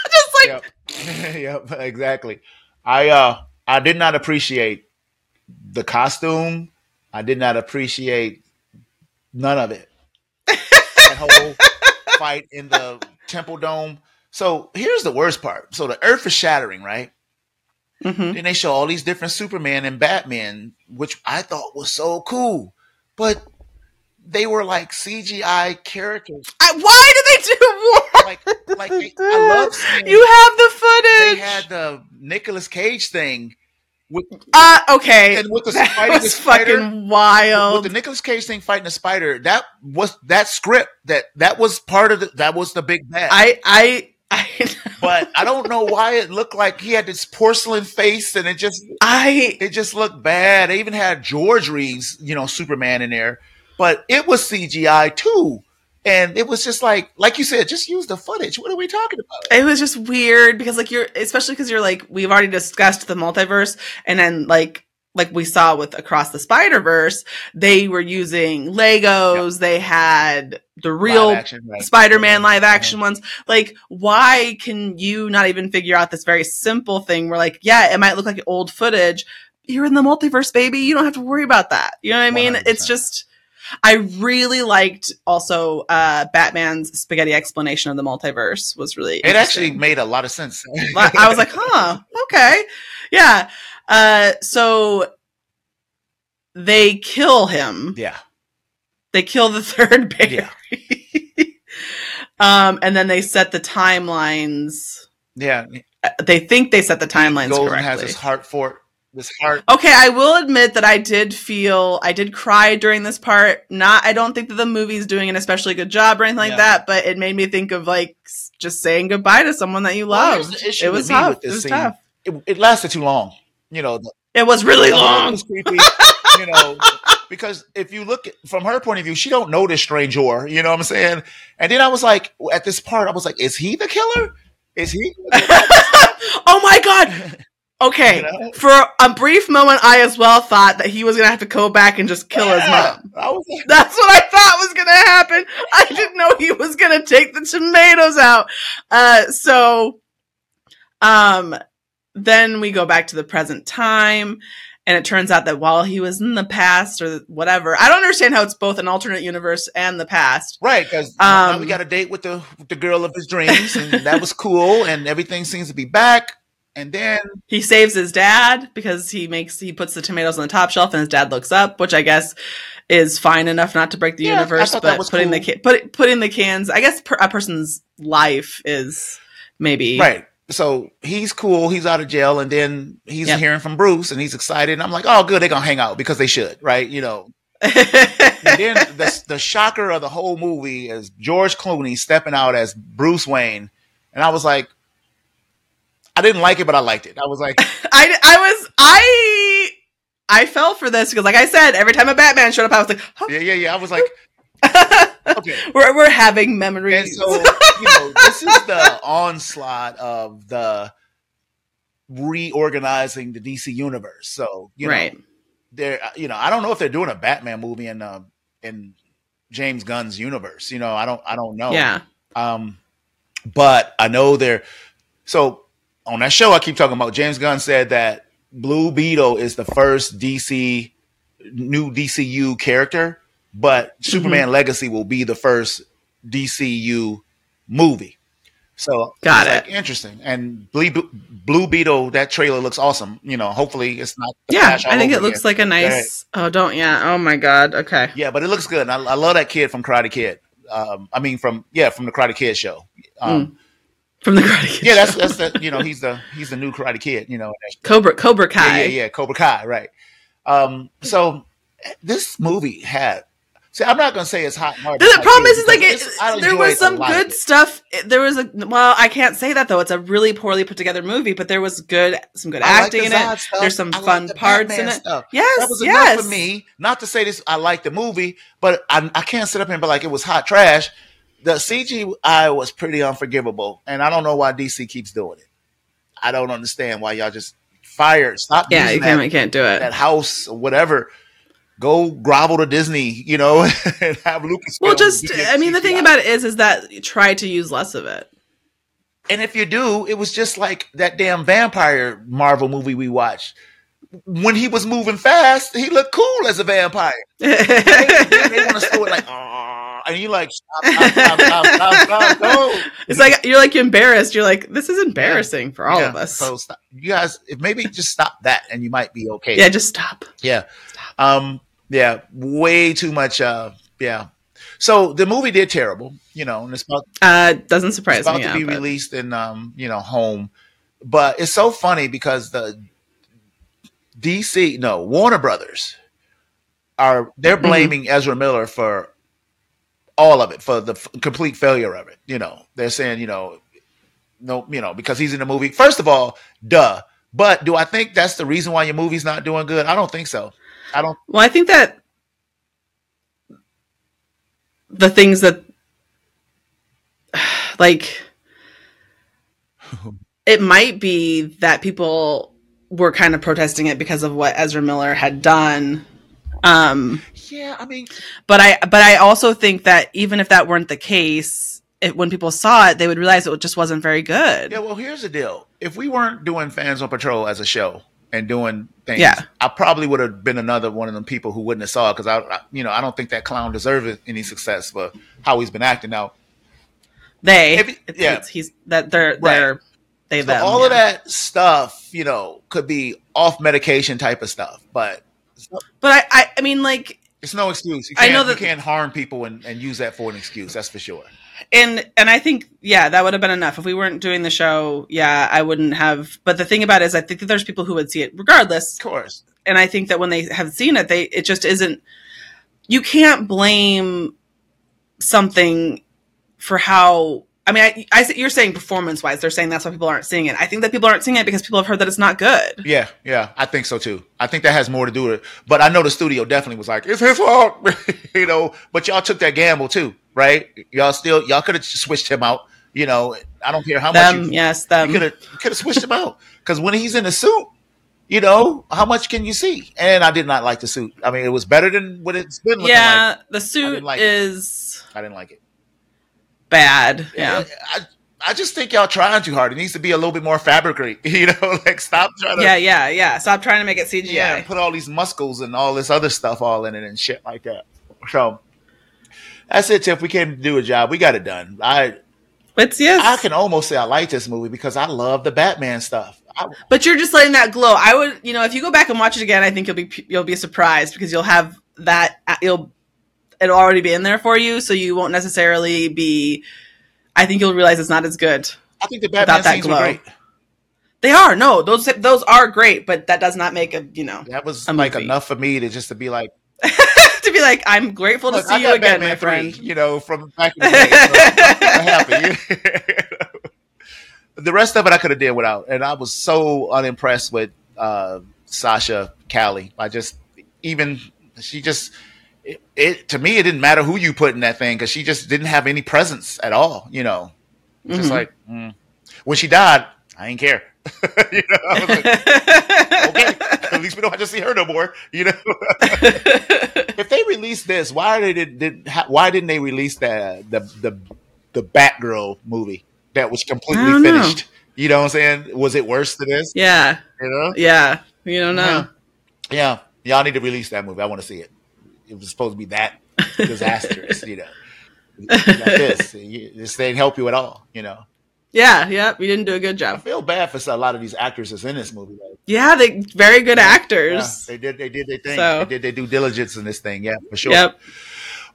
just like, Yep. yep, exactly. I uh, I did not appreciate the costume. I did not appreciate none of it. that whole fight in the Temple Dome. So here's the worst part. So the Earth is shattering, right? mhm. Then they show all these different Superman and Batman, which I thought was so cool, but they were like CGI characters. I, why did they do Like, like they- I love seeing more? You have the they footage. had the Nicolas Cage thing with, uh, okay. and with the That spider, the was spider fucking with wild. the Nicolas Cage thing fighting the spider. That was that script that that was part of the, that was the big bad. I, I, I, but I don't know why it looked like he had this porcelain face and it just I, it just looked bad. They even had George Reeves, you know, Superman in there, but it was CGI too. And it was just like, like you said, just use the footage. What are we talking about? it was just weird because like you're, especially because you're like, we've already discussed the multiverse and then like, like we saw with Across the Spider Verse, they were using Legos. They had the Live real action, right. Spider-Man live action ones. Like, why can you not even figure out this very simple thing? Where like, yeah, it might look like old footage. You're in the multiverse, baby. You don't have to worry about that. You know what I mean? 100%. It's just. I really liked also uh, Batman's spaghetti explanation of the multiverse was really. It actually interesting. made a lot of sense. Like, I was like, huh, okay, yeah. Uh, so they kill him. yeah, They kill the third bear. yeah, um, and then they set the timelines. yeah. uh, They think they set the timelines Goes and has correctly. his heart for this heart. okay, I will admit that I did feel I did cry during this part. Not, I don't think that the movie's doing an especially good job or anything like Yeah. that, but it made me think of like s- just saying goodbye to someone that you Well, here's loved. the issue it with was me with tough. It this was scene. tough. It, it lasted too long. You know, the, It was really the whole thing long. was creepy. you know, because if you look at, from her point of view, she don't know this strange or you know what I'm saying. And then I was like, at this part, I was like, is he the killer? Is he? oh my god. Okay, You know? for a brief moment, I as well thought that he was gonna have to go back and just kill his mom. I was like, That's what I thought was going to happen. I didn't know he was going to take the tomatoes out. Uh, so, um, then we go back to the present time. And it turns out that while he was in the past or whatever, I don't understand how it's both an alternate universe and the past. right, because Um, we got a date with the with the girl of his dreams, and that was cool, and everything seems to be back. And then He saves his dad because he makes, he puts the tomatoes on the top shelf and his dad looks up, which I guess is fine enough not to break the Yeah, I universe, thought that but was putting the, cool. ca- put, putting the cans, I guess per, a person's life is maybe. Right. So he's cool. He's out of jail, and then he's Yep. hearing from Bruce, and he's excited. And I'm like, oh, good, they're gonna hang out because they should, right? You know. And then the the shocker of the whole movie is George Clooney stepping out as Bruce Wayne, and I was like, I didn't like it, but I liked it. I was like, I, I was I I fell for this because like I said, every time a Batman showed up, I was like, yeah, yeah, yeah. I was like, okay. we're we're having memories. And so, you know, this is the onslaught of the reorganizing the DC universe. So, you know, right. they're uh, you know I don't know if they're doing a Batman movie in uh, in James Gunn's universe. You know I don't I don't know. Yeah. Um, but I know they're so on that show I keep talking about. James Gunn said that Blue Beetle is the first DC new DCU character, Mm-hmm. but Superman Legacy will be the first DCU movie. So Got it's, like, it. interesting. And Blue, Blue Beetle, that trailer looks awesome. You know, hopefully it's not. the Yeah, Flash all I think over it looks again. like a nice. Oh, don't yeah. Oh my god. Okay. Yeah, but it looks good. And I, I love that kid from Karate Kid. Um, I mean, from yeah, from the Karate Kid show. Um, From the Karate Kid. Yeah, that's show. that's the you know he's the he's the new Karate Kid. You know, Cobra Cobra Kai. yeah, yeah, yeah, Cobra Kai, right? Um, so this movie had. See, I'm not gonna say it's hot. and Hard The, to the hot problem is, shit is like because it's- I it, there enjoyed was some a lot of good it. stuff. It- There was a well, I can't say that though. It's a really poorly put together movie, but there was good, some good I like acting the in Zod it. stuff. There's some I like fun the parts Batman in it. stuff. Yes, that was yes. enough for me. Not to say this, I like the movie, but I, I can't sit up here and be like it was hot trash. The CGI was pretty unforgivable, and I don't know why DC keeps doing it. I don't understand why y'all just fired. Stop Yeah, using you that, can't, you can't do it. that house or whatever. Go grovel to Disney, you know, and have Lucasfilm. Well, just do your I mean, the thing CGI. about it is, is that you try to use less of it. And if you do, it was just like that damn vampire Marvel movie we watched. When he was moving fast, he looked cool as a vampire. They, want to slow it like, "Ah," and you like, stop, stop, stop, stop, stop, stop, go. it's like you're like embarrassed. You're like, this is embarrassing for all Yeah, of us. So stop. you guys, if maybe just stop that, and you might be okay. yeah, just stop. Yeah. Um, yeah. Way too much. Uh, yeah. So the movie did terrible, you know, and it's about Uh, doesn't surprise it's about me. to be yeah, but- released in um, you know home but it's so funny because the dc no warner brothers are they're blaming ezra miller for all of it for the f- complete failure of it you know they're saying you know no you know because he's in the movie first of all duh but do i think that's the reason why your movie's not doing good i don't think so i don't Well, I think that the things that like it might be that people were kind of protesting it because of what Ezra Miller had done. Um, yeah i mean but I but I also think that even if that weren't the case, it, when people saw it, they would realize it just wasn't very good. Yeah, well, here's the deal. If we weren't doing Fans on Patrol as a show and doing things, Yeah. I probably would have been another one of them people who wouldn't have saw it because I, I- you know, I don't think that clown deserved any success for how he's been acting now. They, If- it's, yeah. it's- he's that they're Right. they're they So them, all yeah. of that stuff, you know, could be off medication type of stuff, but it's no, But I, I I mean like it's no excuse. You I can't, know you that- can't harm people and, and use that for an excuse. That's for sure. and and I think yeah, that would have been enough if we weren't doing the show. Yeah, I wouldn't have. But the thing about it is, I think that there's people who would see it regardless, Of course. and I think that when they have seen it, they it just isn't. You can't blame something for how. I mean, I, I you're saying performance wise, they're saying that's why people aren't seeing it. I think that people aren't seeing it because people have heard that it's not good. Yeah, yeah, I think so too. I think that has more to do with it. But I know the studio definitely was like, it's his fault, you know. But y'all took that gamble too, right? Y'all still, y'all could have switched him out. You know, I don't care how Them, much you, yes, them. could have could have switched him out because when he's in the suit, you know, how much can you see? And I did not like the suit. I mean, it was better than what it's been looking yeah, like. the suit like it. is I didn't like it. bad. Yeah. I, I just think y'all trying too hard. It needs to be a little bit more fabricate. You know, like stop trying to Yeah, yeah, yeah. Stop trying to make it CGI. Yeah, and put all these muscles and all this other stuff all in it and shit like that. So that's it, Tiff. We came to do a job. We got it done. I But yes, I can almost say I like this movie because I love the Batman stuff. I, But you're just letting that glow. I would, you know, if you go back and watch it again, I think you'll be you'll be surprised because you'll have that you'll it'll already be in there for you, so you won't necessarily be. I think you'll realize it's not as good. I think the Batman that scenes glow. were great. They are no those those are great, but that does not make a you know That was A like movie. enough for me to just to be like, to be like I'm grateful to look, see I you got again, Batman my 3, friend. you know, from back in the day. So I'm happy. the rest of it I could have did without, and I was so unimpressed with uh, Sasha Callie. I just even she just it, it to me it didn't matter who you put in that thing because she just didn't have any presence at all. You know, just Mm-hmm. like mm. when she died, I didn't care. you know, I was like, Mm-hmm. okay, at least we don't have to see her no more. You know, if they released this, why they did, did ha- why didn't they release the the the the Batgirl movie that was I completely don't know. finished? You know what I'm saying? Was it worse than this? yeah, You know? yeah. You don't know. Yeah, y'all need to release that movie. I want to see it. It was supposed to be that disastrous, you know. Like this, You- this didn't help you at all, you know. Yeah, yep. You didn't do a good I job. feel bad for a lot of these actresses in this movie. though. Yeah, they very good Yeah, actors. they did. They did their thing. So- They did their due diligence in this thing. Yeah, for sure. Yep.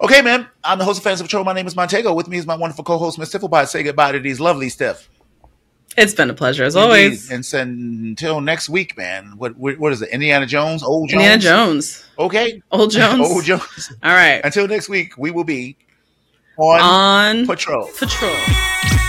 Okay, man. I'm the host of Fans of Patrol. My name is Montego. With me is my wonderful co-host, Miss Tifflebot. Say goodbye to these lovely Steph. It's been a pleasure as always. Indeed. And send, until next week, man. What, what what is it? Indiana Jones. Old Jones. Indiana Jones. Okay. Old Jones. Old Jones. All right. Until next week, we will be on On patrol. patrol.